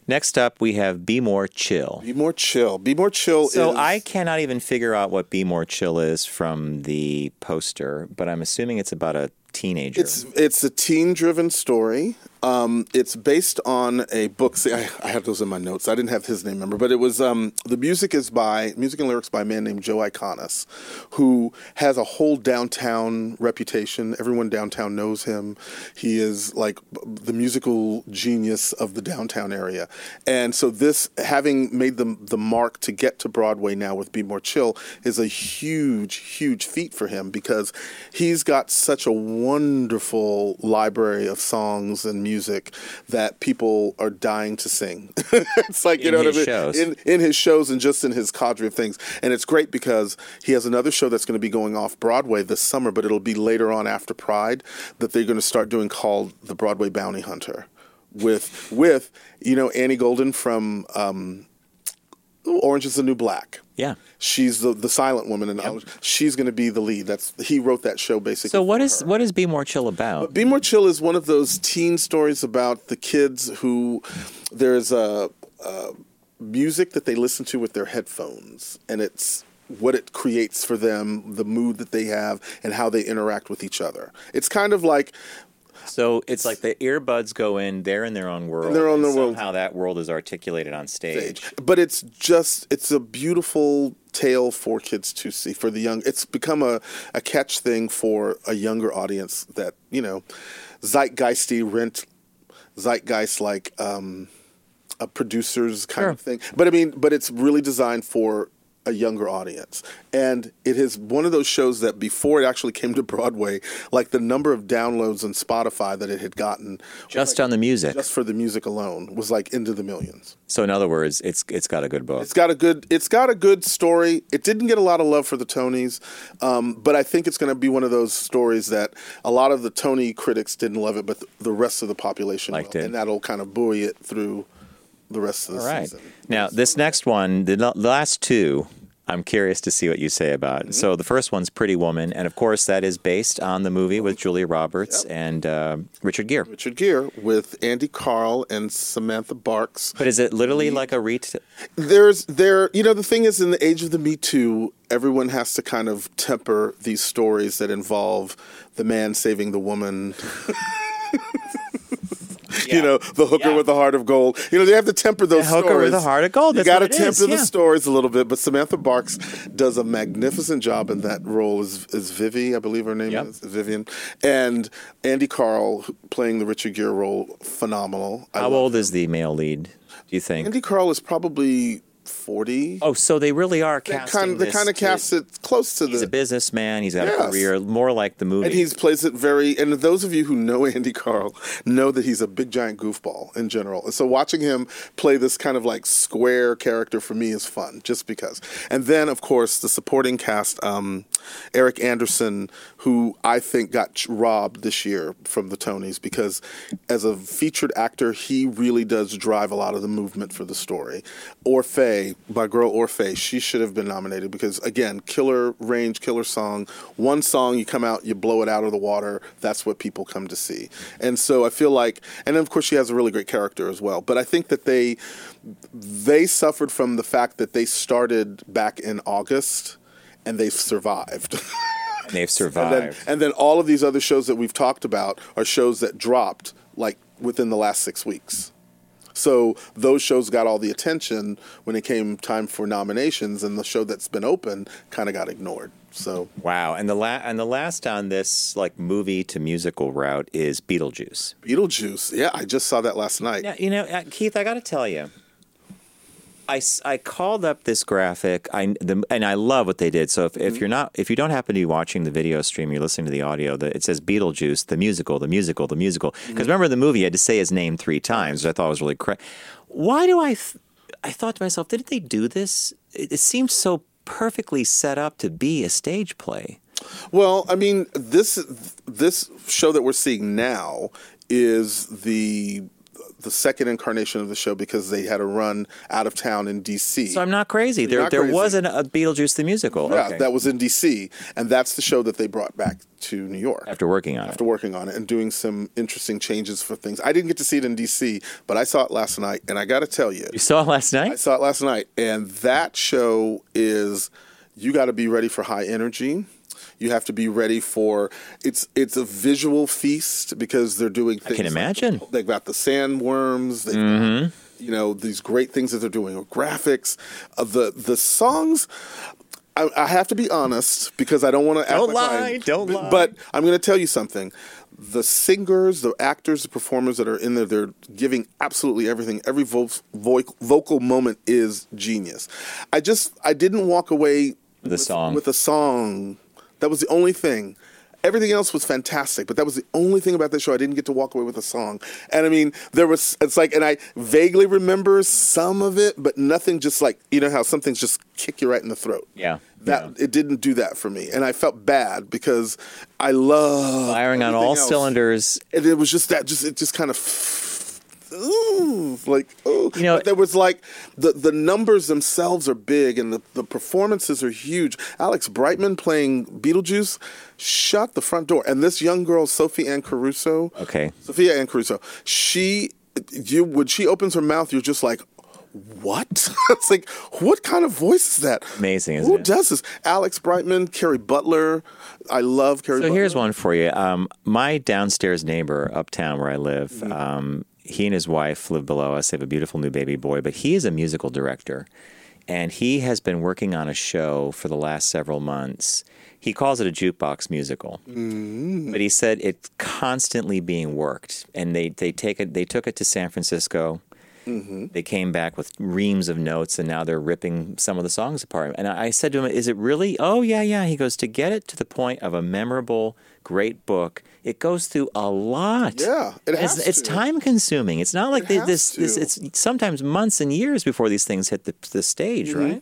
Speaker 1: Next up, we have Be More Chill.
Speaker 7: Be more chill. Be more chill.
Speaker 1: So
Speaker 7: is,
Speaker 1: I cannot even figure out what Be More Chill is from the poster, but I'm assuming it's about a teenager.
Speaker 7: It's it's a teen driven story. Um, it's based on a book. See, I, I have those in my notes. I didn't have his name remember, but it was um, the music is by music and lyrics by a man named Joe Iconis, who has a whole downtown reputation. Everyone downtown knows him. He is like b- the musical genius of the downtown area, and so this having made the the mark to get to Broadway now with Be More Chill is a huge, huge feat for him because he's got such a wonderful library of songs and music that people are dying to sing. <laughs> it's like, you
Speaker 1: In
Speaker 7: know what I
Speaker 1: his
Speaker 7: mean?
Speaker 1: shows.
Speaker 7: In, in his shows and just in his cadre of things. And it's great because he has another show that's going to be going off Broadway this summer, but it'll be later on after Pride that they're going to start doing called The Broadway Bounty Hunter. With with you know Annie Golden from um, Orange is the New Black.
Speaker 1: yeah.
Speaker 7: She's the the silent woman, and she's going to be the lead. That's he wrote that show basically.
Speaker 1: So what is what is Be More Chill about?
Speaker 7: Be More Chill is one of those teen stories about the kids who there's a, a music that they listen to with their headphones, and it's what it creates for them, the mood that they have, and how they interact with each other. It's kind of like
Speaker 1: So it's like the earbuds go in; they're in their own world.
Speaker 7: They're on
Speaker 1: and
Speaker 7: their world.
Speaker 1: Somehow that world is articulated on stage.
Speaker 7: stage. But it's just it's a beautiful tale for kids to see for the young. It's become a, a catch thing for a younger audience that you know, zeitgeisty rent, zeitgeist like um, a producer's kind of thing. But I mean, but it's really designed for a younger audience. And it is one of those shows that before it actually came to Broadway, like the number of downloads on Spotify that it had gotten
Speaker 1: Just on the music.
Speaker 7: just for the music alone was like into the millions.
Speaker 1: So in other words, it's it's got a good book.
Speaker 7: It's got a good. It's got a good story. It didn't get a lot of love for the Tonys, um, but I think it's going to be one of those stories that a lot of the Tony critics didn't love it, but th- the rest of the population
Speaker 1: Liked
Speaker 7: will,
Speaker 1: it.
Speaker 7: and that'll kind of buoy it through the rest of the
Speaker 1: All right.
Speaker 7: season.
Speaker 1: Now this next one, the la- the last two, I'm curious to see what you say about.
Speaker 7: Mm-hmm.
Speaker 1: it. So the first one's Pretty Woman, and of course that is based on the movie with Julia Roberts and uh, Richard Gere.
Speaker 7: Richard Gere with Andy Carl and Samantha Barks.
Speaker 1: But is it literally like a ret?
Speaker 7: There's there you know the thing is in the age of the Me Too, everyone has to kind of temper these stories that involve the man saving the woman. <laughs> You know the hooker with the heart of gold. You know they have to temper those
Speaker 1: The hooker with
Speaker 7: stories.
Speaker 1: the heart of gold,
Speaker 7: You
Speaker 1: that's
Speaker 7: got to
Speaker 1: what it
Speaker 7: temper
Speaker 1: is,
Speaker 7: the
Speaker 1: yeah.
Speaker 7: stories a little bit. But Samantha Barks does a magnificent job in that role. Is is Vivi? I believe her name is Vivian. And Andy Carl playing the Richard Gere role, phenomenal. I
Speaker 1: How
Speaker 7: love
Speaker 1: old is the male lead? Do you think?
Speaker 7: Andy Carl is probably forty.
Speaker 1: Oh, so they really are
Speaker 7: They
Speaker 1: casting
Speaker 7: kind of, they
Speaker 1: this
Speaker 7: kind of
Speaker 1: to-
Speaker 7: cast it close to
Speaker 1: He's a
Speaker 7: the.
Speaker 1: businessman. He's got a
Speaker 7: Yes.
Speaker 1: career, more like the movie.
Speaker 7: And he's plays it very. And those of you who know <laughs> Andy Carl know that he's a big giant goofball in general. And so watching him play this kind of like square character for me is fun, just because. And then of course the supporting cast, um, Eric Anderson, who I think got ch- robbed this year from the Tonys because as a featured actor, he really does drive a lot of the movement for the story. Orfei, by girl Orfei, she should have been nominated because again, killer range, killer song. One song you come out, you blow it out of the water. That's what people come to see. And so I feel like, and then of course she has a really great character as well. But I think that they they suffered from the fact that they started back in August and they've survived. <laughs>
Speaker 1: And they've survived.
Speaker 7: And then, and then all of these other shows that we've talked about are shows that dropped like within the last six weeks. So those shows got all the attention when it came time for nominations, and the show that's been open kind of got ignored. So
Speaker 1: Wow, and the la- and the last on this like movie to musical route is Beetlejuice.
Speaker 7: Beetlejuice, yeah, I just saw that last night.
Speaker 1: Yeah, you know, uh, Keith, I got to tell you, I, s- I called up this graphic. I the, and I love what they did. So if,
Speaker 7: Mm-hmm.
Speaker 1: if you're not if you don't happen to be watching the video stream, you're listening to the audio. The, it says Beetlejuice, the musical, the musical, the musical.
Speaker 7: Mm-hmm.
Speaker 1: Because remember the movie, you had to say his name three times, which I thought was really cra Why do I? Th- I thought to myself, didn't they do this? It, it seemed so perfectly set up to be a stage play.
Speaker 7: Well, I mean, this this show that we're seeing now is the the second incarnation of the show because they had a run out of town in D.C.
Speaker 1: So I'm not crazy.
Speaker 7: You're
Speaker 1: There,
Speaker 7: not
Speaker 1: there
Speaker 7: crazy.
Speaker 1: wasn't a Beetlejuice the musical.
Speaker 7: Yeah,
Speaker 1: Okay.
Speaker 7: that was in D.C. and that's the show that they brought back to New York
Speaker 1: after working on
Speaker 7: after working on it and doing some interesting changes for things. I didn't get to see it in D.C., but I saw it last night, and I got to tell you,
Speaker 1: it. You saw it last night.
Speaker 7: I saw it last night, and that show is you got to be ready for high energy. You have to be ready for it's it's a visual feast because they're doing. Things
Speaker 1: can
Speaker 7: like-
Speaker 1: imagine.
Speaker 7: they've got the sandworms. They've got,
Speaker 1: Mm-hmm.
Speaker 7: you know these great things that they're doing with graphics. Uh, the the songs. I, I have to be honest because I don't want to.
Speaker 1: Don't lie, don't
Speaker 7: but,
Speaker 1: lie.
Speaker 7: But I'm going to tell you something. The singers, the actors, the performers that are in there, they're giving absolutely everything. Every vo- vo- vocal moment is genius. I just, I didn't walk away
Speaker 1: The song.
Speaker 7: with a song. That was the only thing. Everything else was fantastic, but that was the only thing about that show I didn't get to walk away with a song. And I mean, there was it's like, and I vaguely remember some of it, but nothing just like you know how some things just kick you right in the throat.
Speaker 1: Yeah.
Speaker 7: That it didn't do that for me, and I felt bad because I love
Speaker 1: Firing on
Speaker 7: everything
Speaker 1: all
Speaker 7: else.
Speaker 1: cylinders.
Speaker 7: And it was just that, just it just kind of, ooh, like ooh. You
Speaker 1: know-
Speaker 7: but there was like the the numbers themselves are big, and the the performances are huge. Alex Brightman playing Beetlejuice shut the front door, and this young girl Sophie Ann Caruso,
Speaker 1: Okay.
Speaker 7: Sophia Ann Caruso, she you when she opens her mouth, you're just like. What? <laughs> it's like, what kind of voice is that?
Speaker 1: Amazing, isn't
Speaker 7: Who
Speaker 1: it?
Speaker 7: does this? Alex Brightman, Carrie Butler. I love Carrie
Speaker 1: So
Speaker 7: Butler.
Speaker 1: here's one for you. Um, my downstairs neighbor uptown where I live,
Speaker 7: Mm-hmm.
Speaker 1: um, he and his wife live below us. They have a beautiful new baby boy, but he is a musical director. And he has been working on a show for the last several months. He calls it a jukebox musical, but he said it's constantly being worked. And they they take it they took it to San Francisco.
Speaker 7: Mm-hmm.
Speaker 1: They came back with reams of notes, and now they're ripping some of the songs apart. And I I said to him, "Is it really? Oh yeah, yeah." He goes, "To get it to the point of a memorable, great book, it goes through a lot.
Speaker 7: Yeah, it
Speaker 1: it's,
Speaker 7: has
Speaker 1: it's
Speaker 7: to.
Speaker 1: time consuming. It's not like
Speaker 7: It
Speaker 1: they,
Speaker 7: has
Speaker 1: this. This
Speaker 7: to. Mm-hmm.
Speaker 1: it's sometimes months and years before these things hit the, the stage, right?"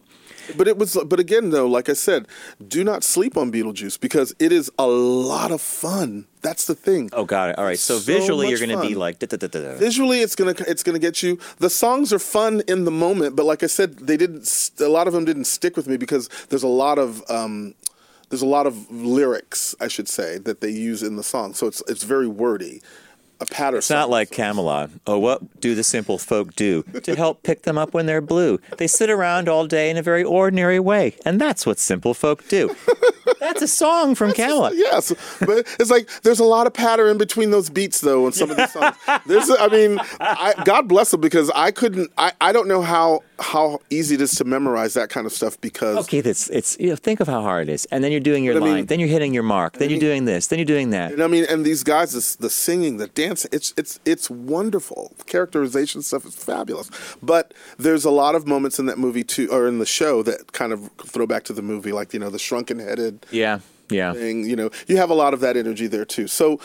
Speaker 7: But it was, but again though, like I said, do not sleep on Beetlejuice because it is a lot of fun. That's the thing.
Speaker 1: Oh God! All right. So, visually,
Speaker 7: much
Speaker 1: you're going to be
Speaker 7: fun.
Speaker 1: like da, da, da, da, da.
Speaker 7: Visually, it's gonna it's gonna get you. The songs are fun in the moment, but like I said, they didn't. st- A lot of them didn't stick with me because there's a lot of um, there's a lot of lyrics, I should say, that they use in the song. So it's it's very wordy. A pattern.
Speaker 1: It's not like Camelot. Oh, what do the simple folk do to help pick them up when they're blue? They sit around all day in a very ordinary way, and that's what simple folk do. That's a song from Camelot.
Speaker 7: <laughs> Yes, but it's like there's a lot of pattern between those beats though, and some of these songs. There's, I mean, I, God bless them because I couldn't. I, I don't know how how easy it is to memorize that kind of stuff because
Speaker 1: Okay, that's it's. You know, think of how hard it is, and then you're doing your
Speaker 7: But I
Speaker 1: line,
Speaker 7: mean-
Speaker 1: then you're hitting your mark, then you're doing this, then you're doing that.
Speaker 7: And I mean, and these guys, this, the singing, the dancing, it's it's it's wonderful. Characterization stuff is fabulous. But there's a lot of moments in that movie too, or in the show that kind of throw back to the movie, like you know the shrunken headed
Speaker 1: Yeah, yeah.
Speaker 7: thing. You know, you have a lot of that energy there too. So.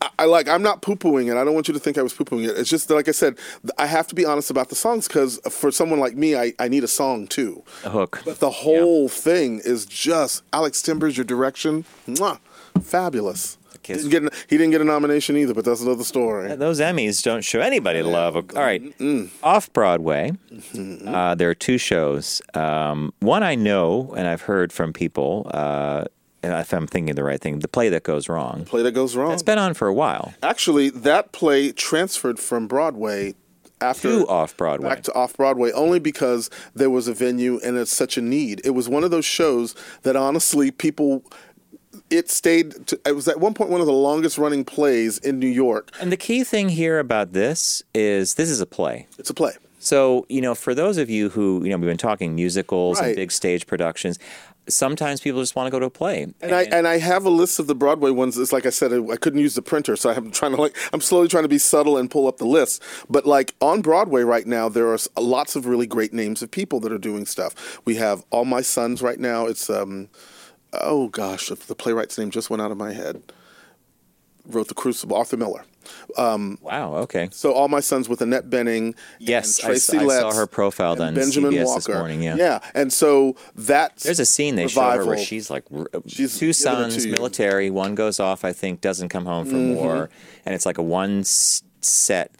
Speaker 7: I, I like. I'm not poo pooing it. I don't want you to think I was poo pooing it. It's just that, like I said, th- I have to be honest about the songs because for someone like me, I, I need a song too.
Speaker 1: A hook.
Speaker 7: But the whole thing is just Alex Timbers, your direction, mwah, fabulous. Didn't get, a- he didn't get a nomination either, but that's another story.
Speaker 1: Those Emmys don't show anybody love. All right. Off Broadway, uh, there are two shows. Um, one I know and I've heard from people, uh, and if I'm thinking the right thing, The Play That Goes Wrong.
Speaker 7: Play that goes wrong.
Speaker 1: It's been on for a while.
Speaker 7: Actually, that play transferred from Broadway after
Speaker 1: Two Off Broadway.
Speaker 7: back to off Broadway only because there was a venue and it's such a need. It was one of those shows that honestly people. It stayed. To, it was at one point one of the longest running plays in New York.
Speaker 1: And the key thing here about this is this is a play.
Speaker 7: It's a play.
Speaker 1: So, you know, for those of you who, you know, we've been talking musicals
Speaker 7: Right.
Speaker 1: and big stage productions, sometimes people just want to go to a play.
Speaker 7: And I and I have a list of the Broadway ones. It's like I said, I, I couldn't use the printer, so I'm trying to like I'm slowly trying to be subtle and pull up the list. But like on Broadway right now, there are s- lots of really great names of people that are doing stuff. We have All My Sons right now. It's um, oh gosh, the playwright's name just went out of my head. Wrote the Crucible, Arthur Miller. Um,
Speaker 1: wow. Okay.
Speaker 7: So All My Sons with Annette Benning.
Speaker 1: Yes,
Speaker 7: and
Speaker 1: I s-
Speaker 7: Tracy
Speaker 1: I saw
Speaker 7: Letts
Speaker 1: her profile
Speaker 7: and
Speaker 1: on
Speaker 7: Benjamin
Speaker 1: CBS this
Speaker 7: Walker.
Speaker 1: morning, yeah.
Speaker 7: yeah, and so that's
Speaker 1: There's a scene they show her where
Speaker 7: revival.
Speaker 1: she's like r- uh, two sons,
Speaker 7: two.
Speaker 1: military. One goes off, I think, doesn't come home from
Speaker 7: Mhm.
Speaker 1: war, and it's like a one s- set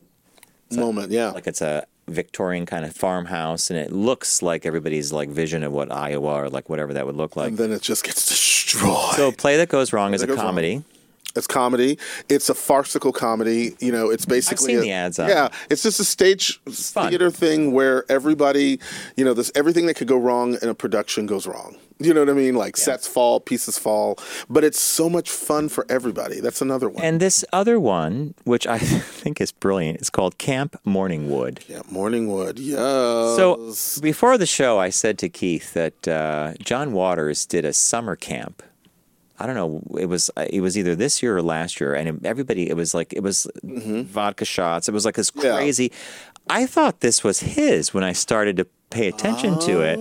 Speaker 7: moment. yeah,
Speaker 1: like it's a Victorian kind of farmhouse, and it looks like everybody's like vision of what Iowa or like whatever that would look like. And
Speaker 7: then it just gets <laughs> destroyed.
Speaker 1: So, play that goes wrong is a
Speaker 7: That Goes Wrong.
Speaker 1: comedy.
Speaker 7: It's comedy. It's a farcical comedy. You know, it's basically
Speaker 1: seen
Speaker 7: a-
Speaker 1: the ads on
Speaker 7: Yeah,
Speaker 1: it.
Speaker 7: it's just a stage theater thing where everybody, you know, this everything that could go wrong in a production goes wrong. You know what I mean? Like sets fall, pieces fall, but it's so much fun for everybody. That's another one.
Speaker 1: And this other one, which I <laughs> think is brilliant, is called Camp Morningwood.
Speaker 7: Yeah, Morningwood. Yeah. Oh,
Speaker 1: So before the show, I said to Keith that uh, John Waters did a summer camp. I don't know. It was uh, it was either this year or last year, and everybody it was like it was vodka shots. It was like this crazy. I thought this was his when I started to pay attention to it,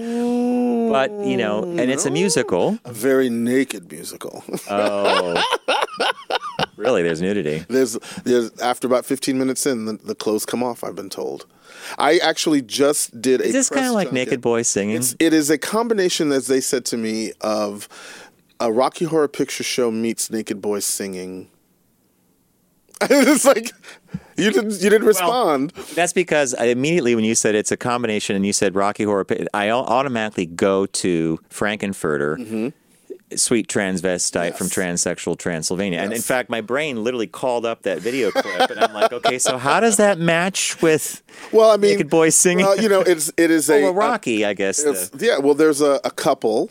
Speaker 1: but you know, and it's a musical.
Speaker 7: A very naked musical. <laughs>
Speaker 1: Oh, really? There's nudity.
Speaker 7: There's, there's after about 15 minutes in, the, the clothes come off. I've been told. I actually just did a.
Speaker 1: Is this
Speaker 7: press
Speaker 1: kind of like
Speaker 7: junket.
Speaker 1: Naked Boy singing?
Speaker 7: It's, it is a combination, as they said to me, of a Rocky Horror Picture Show meets Naked Boys singing. <laughs> it's like you didn't you didn't respond.
Speaker 1: That's because I, immediately when you said it's a combination and you said Rocky Horror, Pic- I au- automatically go to Frankenfurter, sweet transvestite from transsexual Transylvania. And in fact, my brain literally called up that video clip and I'm like, okay, so how does that match
Speaker 7: <laughs>
Speaker 1: with
Speaker 7: well, I mean,
Speaker 1: Naked Boy singing? Oh,
Speaker 7: Well, you know, it's it is a
Speaker 1: Well, Rocky, I guess.
Speaker 7: uh, It's-
Speaker 1: the-
Speaker 7: yeah, well, there's a, a couple,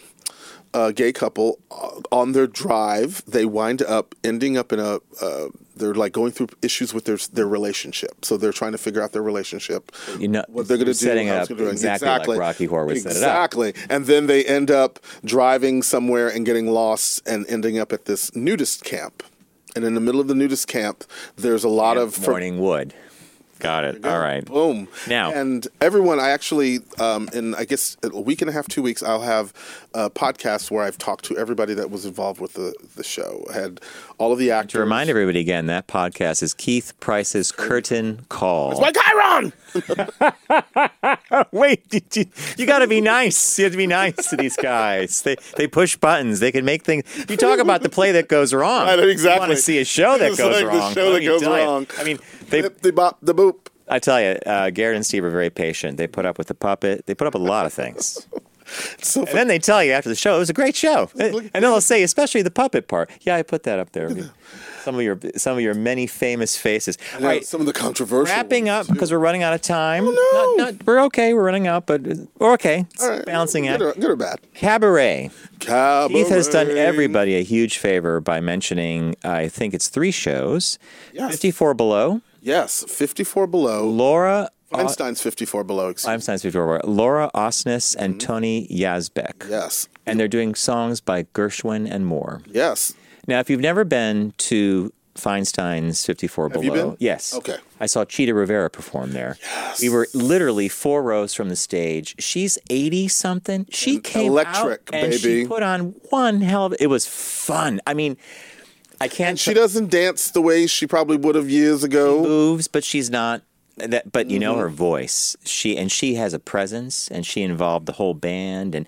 Speaker 7: a gay couple, uh, on their drive. They wind up ending up in a. Uh, they're like going through issues with their their relationship, so they're trying to figure out their relationship.
Speaker 1: You know
Speaker 7: what they're going to
Speaker 1: you're
Speaker 7: do,
Speaker 1: setting it
Speaker 7: how
Speaker 1: up
Speaker 7: it's gonna do it.
Speaker 1: exactly like Rocky Horror would set it up.
Speaker 7: Exactly, and then they end up driving somewhere and getting lost and ending up at this nudist camp. And in the middle of the nudist camp, there's a lot of
Speaker 1: Morning Wood. Got it. All right.
Speaker 7: Boom.
Speaker 1: Now,
Speaker 7: and everyone, I actually, um, in I guess a week and a half, two weeks, I'll have a podcast where I've talked to everybody that was involved with the, the show. I had all of the actors.
Speaker 1: to remind everybody again, that podcast is Keith Price's Curtain Call.
Speaker 7: It's my Chiron!
Speaker 1: Wait, <laughs> did you, you got to be nice. You have to be nice to these guys. They they push buttons. They can make things. You talk about the play that goes wrong.
Speaker 7: I know,
Speaker 1: You want
Speaker 7: exactly.
Speaker 1: to see a show that
Speaker 7: <laughs> It's
Speaker 1: goes
Speaker 7: like the
Speaker 1: wrong.
Speaker 7: show
Speaker 1: Let
Speaker 7: that
Speaker 1: me
Speaker 7: goes
Speaker 1: tell you.
Speaker 7: wrong.
Speaker 1: I mean, they
Speaker 7: Yep, the bop, the boop.
Speaker 1: I tell you, uh, Garrett and Steve are very patient. They put up with the puppet. They put up a lot of things. and then they tell you after the show it was a great show, and then they'll say, especially the puppet part. Yeah, I put that up
Speaker 7: <laughs>
Speaker 1: there. Some of your some of your many famous faces.
Speaker 7: And
Speaker 1: All right,
Speaker 7: some of the controversial.
Speaker 1: wrapping up because we're running out of time.
Speaker 7: Oh,
Speaker 1: Not- not- we're okay. We're running out, but we're okay. It's a balancing
Speaker 7: good
Speaker 1: act.
Speaker 7: or, good or bad.
Speaker 1: Cabaret.
Speaker 7: Cabaret.
Speaker 1: Keith has done everybody a huge favor by mentioning, I think it's three shows.
Speaker 7: Yes.
Speaker 1: 54 Below.
Speaker 7: Yes, 54 Below.
Speaker 1: Laura.
Speaker 7: Einstein's 54 Below. Excuse
Speaker 1: I'm Science 54 Below. Laura Osnes and
Speaker 7: Mm-hmm.
Speaker 1: Tony Yazbek.
Speaker 7: Yes.
Speaker 1: And they're doing songs by Gershwin and Moore.
Speaker 7: Yes.
Speaker 1: Now, if you've never been to Feinstein's 54
Speaker 7: Have
Speaker 1: Below,
Speaker 7: you been?
Speaker 1: yes.
Speaker 7: Okay.
Speaker 1: I saw Cheetah Rivera perform there. We were literally four rows from the stage. She's 80 something. She came
Speaker 7: electric,
Speaker 1: out and she
Speaker 7: baby.
Speaker 1: put on one hell of it was fun. I mean, I can't
Speaker 7: She doesn't dance the way she probably would have years ago.
Speaker 1: moves, but she's not that but you know
Speaker 7: Mm-hmm.
Speaker 1: her voice. She and she has a presence and she involved the whole band and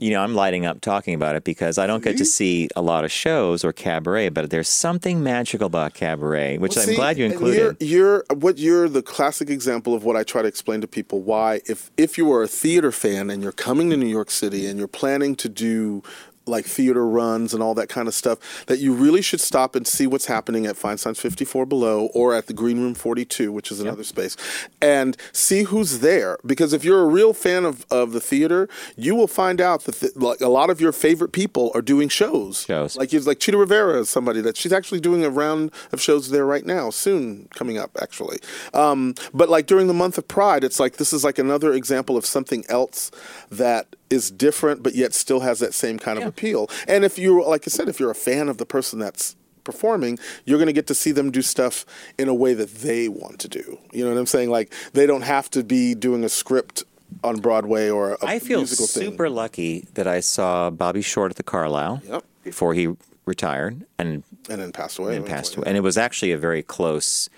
Speaker 1: you know, I'm lighting up talking about it because I don't get to see
Speaker 7: Mm-hmm.
Speaker 1: a lot of shows or cabaret, but there's something magical about cabaret, which
Speaker 7: Well,
Speaker 1: I'm
Speaker 7: see,
Speaker 1: glad you
Speaker 7: and
Speaker 1: included.
Speaker 7: You're, you're what you're the classic example of what I try to explain to people why if if you are a theater fan and you're coming to New York City and you're planning to do like theater runs and all that kind of stuff, that you really should stop and see what's happening at Feinstein's 54 Below or at the Green Room 42, which is another space, and see who's there. Because if you're a real fan of, of the theater, you will find out that the, like a lot of your favorite people are doing shows.
Speaker 1: Shows.
Speaker 7: Like it's like Cheetah Rivera is somebody that she's actually doing a round of shows there right now, soon coming up actually. Um, but like during the month of Pride, it's like this is like another example of something else that is different, but yet still has that same kind of appeal. And if you, like I said, if you're a fan of the person that's performing, you're going to get to see them do stuff in a way that they want to do. You know what I'm saying? Like they don't have to be doing a script on Broadway or a
Speaker 1: I feel
Speaker 7: musical thing.
Speaker 1: super lucky that I saw Bobby Short at the Carlisle
Speaker 7: Yep.
Speaker 1: before he retired and
Speaker 7: And then passed away.
Speaker 1: and passed away. And it was actually a very close.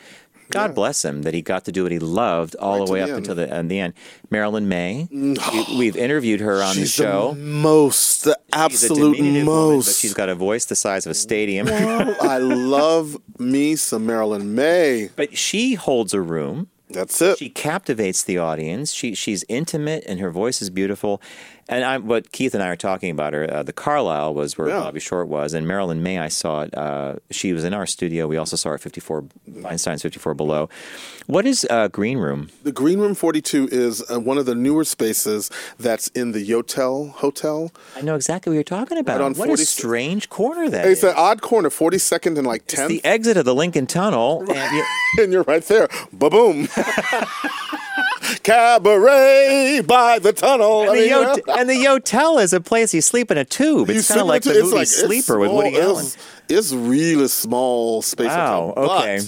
Speaker 1: God bless him that he got to do what he loved all
Speaker 7: Right
Speaker 1: the
Speaker 7: to
Speaker 1: way
Speaker 7: the
Speaker 1: up
Speaker 7: end.
Speaker 1: until the, and the end. Marilyn May, we, we've interviewed her on
Speaker 7: She's
Speaker 1: the show.
Speaker 7: the most, the
Speaker 1: She's a
Speaker 7: absolute
Speaker 1: diminutive woman, but
Speaker 7: most.
Speaker 1: she's got a voice the size of a stadium.
Speaker 7: Wow, <laughs> I love me some Marilyn May.
Speaker 1: But she holds a room.
Speaker 7: That's it.
Speaker 1: She captivates the audience. She she's intimate and her voice is beautiful. And I, what Keith and I are talking about her, uh, the Carlisle was where
Speaker 7: Yeah.
Speaker 1: Bobby Short was, and Marilyn May. I saw it. Uh, she was in our studio. We also saw her at 54 Einstein's 54 Below. What is uh, Green Room?
Speaker 7: The Green Room 42 is uh, one of the newer spaces that's in the Yotel Hotel.
Speaker 1: I know exactly what you're talking about.
Speaker 7: Right on
Speaker 1: what a
Speaker 7: 40
Speaker 1: strange corner that is.
Speaker 7: It's an odd corner, 42nd and like
Speaker 1: It's
Speaker 7: 10th.
Speaker 1: the e- exit of the Lincoln Tunnel. and
Speaker 7: <laughs>
Speaker 1: you-
Speaker 7: and you're right there.
Speaker 1: <laughs>
Speaker 7: Ba boom. Cabaret by the tunnel.
Speaker 1: And the,
Speaker 7: I mean, you know,
Speaker 1: Yot- and the Yotel is a place you sleep in a tube.
Speaker 7: you
Speaker 1: It's kind
Speaker 7: sleep in
Speaker 1: of like
Speaker 7: a-
Speaker 1: the
Speaker 7: it's
Speaker 1: movie
Speaker 7: like- it's
Speaker 1: Sleeper with
Speaker 7: small,
Speaker 1: Woody Allen.
Speaker 7: It's, it's really small space.
Speaker 1: Wow,
Speaker 7: hotel, but-
Speaker 1: okay.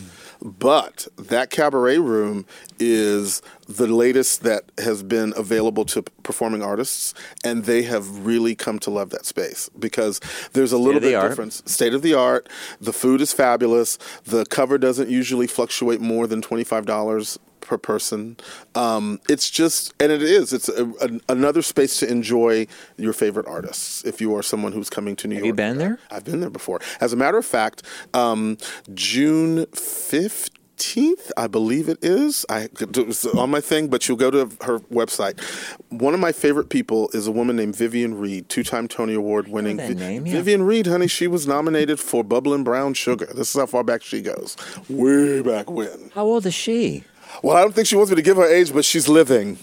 Speaker 7: But that cabaret room is the latest that has been available to p- performing artists, and they have really come to love that space because there's a little
Speaker 1: of the
Speaker 7: bit
Speaker 1: art.
Speaker 7: difference. State of the art. The food is fabulous. The cover doesn't usually fluctuate more than twenty five dollars per person. Um, it's just, and it is. It's a, an another space to enjoy your favorite artists if you are someone who's coming to New
Speaker 1: Have
Speaker 7: York.
Speaker 1: you been there?
Speaker 7: I've been there before. As a matter of fact, um, June 15th, I believe it is. I it was on my thing, but you'll go to her website. One of my favorite people is a woman named Vivian Reed, two-time Tony Award winning.
Speaker 1: that name, yeah.
Speaker 7: Vivian Reed, honey, she was nominated for Bubbling Brown Sugar. This is how far back she goes. Way back when.
Speaker 1: How old is she?
Speaker 7: Well, I don't think she wants me to give her age, but she's living.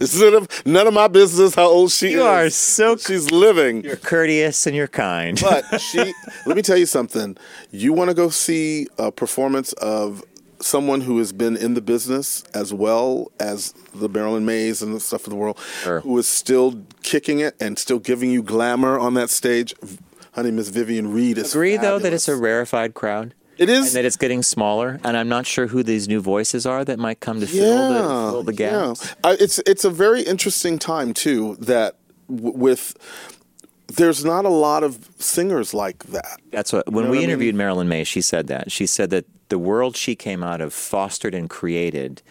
Speaker 7: It's none of, none of my business how old she
Speaker 1: You
Speaker 7: is.
Speaker 1: are so
Speaker 7: She's living.
Speaker 1: You're courteous and you're kind. <laughs>
Speaker 7: But she, let me tell you something. You want to go see a performance of someone who has been in the business as well as the Marilyn Mays and the stuff of the world,
Speaker 1: Sure.
Speaker 7: who is still kicking it and still giving you glamour on that stage. Honey, Miss Vivian Reed is.
Speaker 1: Agree though that it's
Speaker 7: fabulous.
Speaker 1: a rarefied crowd.
Speaker 7: It is,
Speaker 1: and that it's getting smaller. And I'm not sure who these new voices are that might come to fill, the, fill the gaps.
Speaker 7: I, it's it's a very interesting time too that w- with there's not a lot of singers like that.
Speaker 1: That's what when
Speaker 7: know
Speaker 1: we
Speaker 7: what I mean?
Speaker 1: interviewed Marilyn May, she said that. She said that the world she came out of fostered and created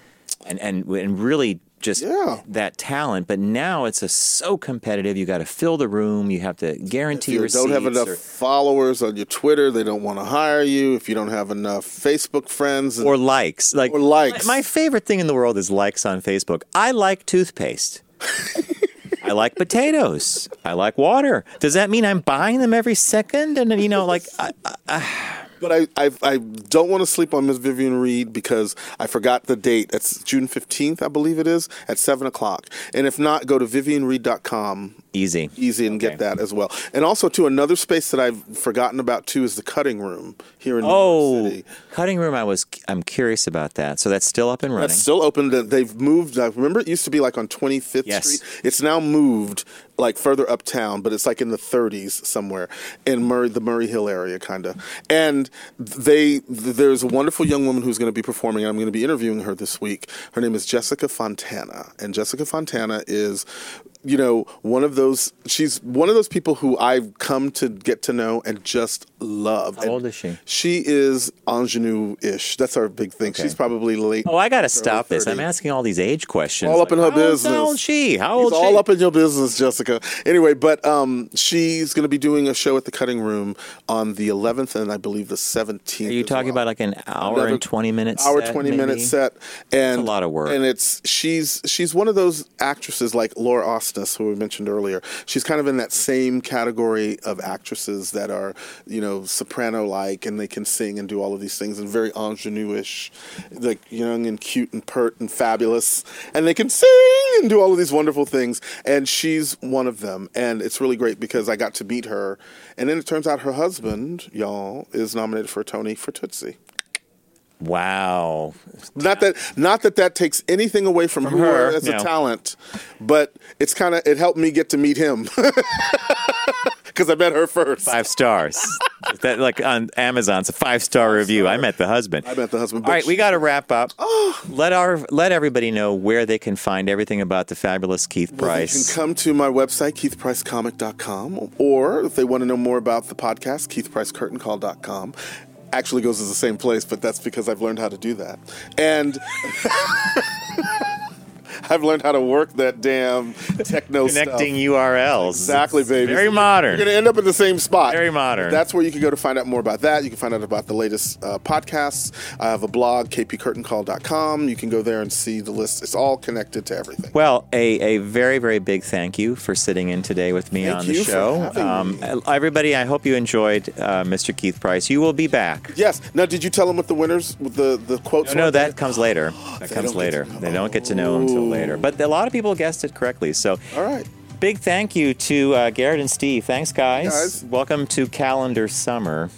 Speaker 1: and and, and really just that talent, but now it's a, so competitive. You got to fill the room. You have to guarantee
Speaker 7: you
Speaker 1: your
Speaker 7: don't have
Speaker 1: seats
Speaker 7: enough
Speaker 1: or-
Speaker 7: followers on your Twitter, they don't want to hire you. If you don't have enough Facebook friends
Speaker 1: or likes, like
Speaker 7: or likes,
Speaker 1: My, my favorite thing in the world is likes on Facebook. I like toothpaste. I like potatoes. I like water. Does that mean I'm buying them every second? And you know, like uh, I,
Speaker 7: But I, I, I don't want to sleep on Miss Vivian Reed because I forgot the date. It's June 15th, I believe it is, at 7 o'clock. And if not, go to vivianreed.com.
Speaker 1: Easy.
Speaker 7: Easy and get that as well. And also, too, another space that I've forgotten about, too, is the cutting room here in New York
Speaker 1: oh,
Speaker 7: City.
Speaker 1: cutting room. I was. I'm curious about that. So that's still up and running.
Speaker 7: That's still open. That They've moved. I remember it used to be like on 25th Street. It's now moved like further uptown, but it's like in the 30s somewhere in Murray, the Murray Hill area, kind of. And they th- there's a wonderful young woman who's going to be performing. and I'm going to be interviewing her this week. Her name is Jessica Fontana, and Jessica Fontana is. You know, one of those. She's one of those people who I've come to get to know and just love. How
Speaker 1: old is she?
Speaker 7: She is ingenue-ish. That's our big thing. She's probably late.
Speaker 1: Oh, I gotta stop this. I'm asking all these age questions.
Speaker 7: All up in her
Speaker 1: Like, how old's-
Speaker 7: business.
Speaker 1: How old she? How
Speaker 7: He's
Speaker 1: old
Speaker 7: all
Speaker 1: she?
Speaker 7: up in your business, Jessica. Anyway, but um, she's going to be doing a show at the Cutting Room on the 11th and I believe the 17th.
Speaker 1: Are you talking about like an hour
Speaker 7: Another
Speaker 1: and twenty minutes?
Speaker 7: hour 20 minute set and
Speaker 1: a lot of work.
Speaker 7: and it's she's she's one of those actresses like Laura Osnes who we mentioned earlier she's kind of in that same category of actresses that are you know soprano like and they can sing and do all of these things and very ingenue-ish like young and cute and pert and fabulous and they can sing and do all of these wonderful things and she's one of them and it's really great because I got to meet her and then it turns out her husband y'all is nominated for a Tony for Tootsie
Speaker 1: Wow.
Speaker 7: not that not that that takes anything away from,
Speaker 1: From
Speaker 7: her,
Speaker 1: her,
Speaker 7: as
Speaker 1: no.
Speaker 7: a talent, but it's kind of it helped me get to meet him <laughs> because I met her first.
Speaker 1: Five stars. that like on Amazon's a five star review. I met the husband.
Speaker 7: I met the husband. Oh.
Speaker 1: All right, we got to wrap up. Let our let everybody know where they can find everything about the fabulous Keith
Speaker 7: You can
Speaker 1: Price.
Speaker 7: come to my website, keithpricecomic.com, or if they want to know more about the podcast, keithpricecurtaincall.com. Actually goes to the same place, but that's because I've learned how to do that. And <laughs> I've learned how to work that damn techno stuff.
Speaker 1: Connecting URLs.
Speaker 7: Exactly,
Speaker 1: It's
Speaker 7: baby.
Speaker 1: Very
Speaker 7: So
Speaker 1: modern.
Speaker 7: You're going to end up in the same spot. Very
Speaker 1: modern.
Speaker 7: That's where you can go to find out more about that. You can find out about the latest uh, podcasts. I have a blog, kpcurtaincall.com. You can go there and see the list. It's all connected to everything.
Speaker 1: Well, a, a very, very big thank you for sitting in today with me
Speaker 7: Thank
Speaker 1: on the
Speaker 7: you for
Speaker 1: show. Um,
Speaker 7: having
Speaker 1: Everybody, I hope you enjoyed uh, Mr. Keith Price. You will be back.
Speaker 7: Yes. Now, did you tell them what the winners, with the the quotes?
Speaker 1: No, no,
Speaker 7: were?
Speaker 1: that comes
Speaker 7: <gasps>
Speaker 1: later. That
Speaker 7: They
Speaker 1: comes
Speaker 7: don't get
Speaker 1: later. They don't get to know until later. But a lot of people guessed it correctly. So,
Speaker 7: all right.
Speaker 1: Big thank you to uh, Garrett and Steve. Thanks, guys.
Speaker 7: Guys.
Speaker 1: Welcome to calendar summer.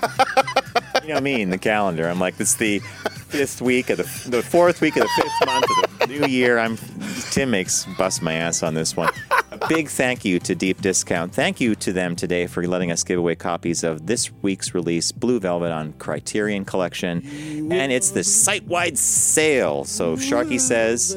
Speaker 1: you know what I mean? The calendar. I'm like, it's the fifth week of the, the fourth week of the fifth month of the new year. I'm Tim makes bust my ass on this one. A big thank you to Deep Discount. Thank you to them today for letting us give away copies of this week's release, Blue Velvet on Criterion Collection. And it's the site wide sale. So Sharky says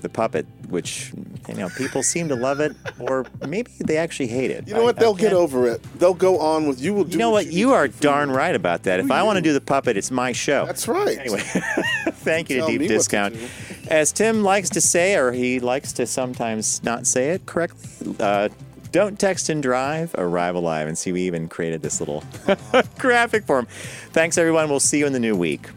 Speaker 1: the puppet, which you know, people seem to love it, or maybe they actually hate it.
Speaker 7: You know what? They'll get over it. They'll go on with you. Will do.
Speaker 1: You know what? You are darn right about that. If I want to do the puppet, it's my show.
Speaker 7: That's right.
Speaker 1: Anyway, thank you to
Speaker 7: Tell me
Speaker 1: Deep
Speaker 7: what to
Speaker 1: Discount. As Tim likes to say, or he likes to sometimes not say it correctly, uh, don't text and drive, arrive alive. And see, we even created this little <laughs> graphic for him. Thanks, everyone. We'll see you in the new week.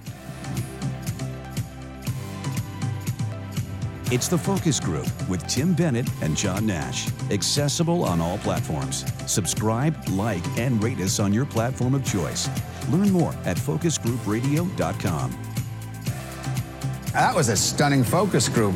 Speaker 2: It's the Focus Group with Tim Bennett and John Nash. Accessible on all platforms. Subscribe, like, and rate us on your platform of choice. Learn more at focusgroupradio.com.
Speaker 9: That was a stunning focus group.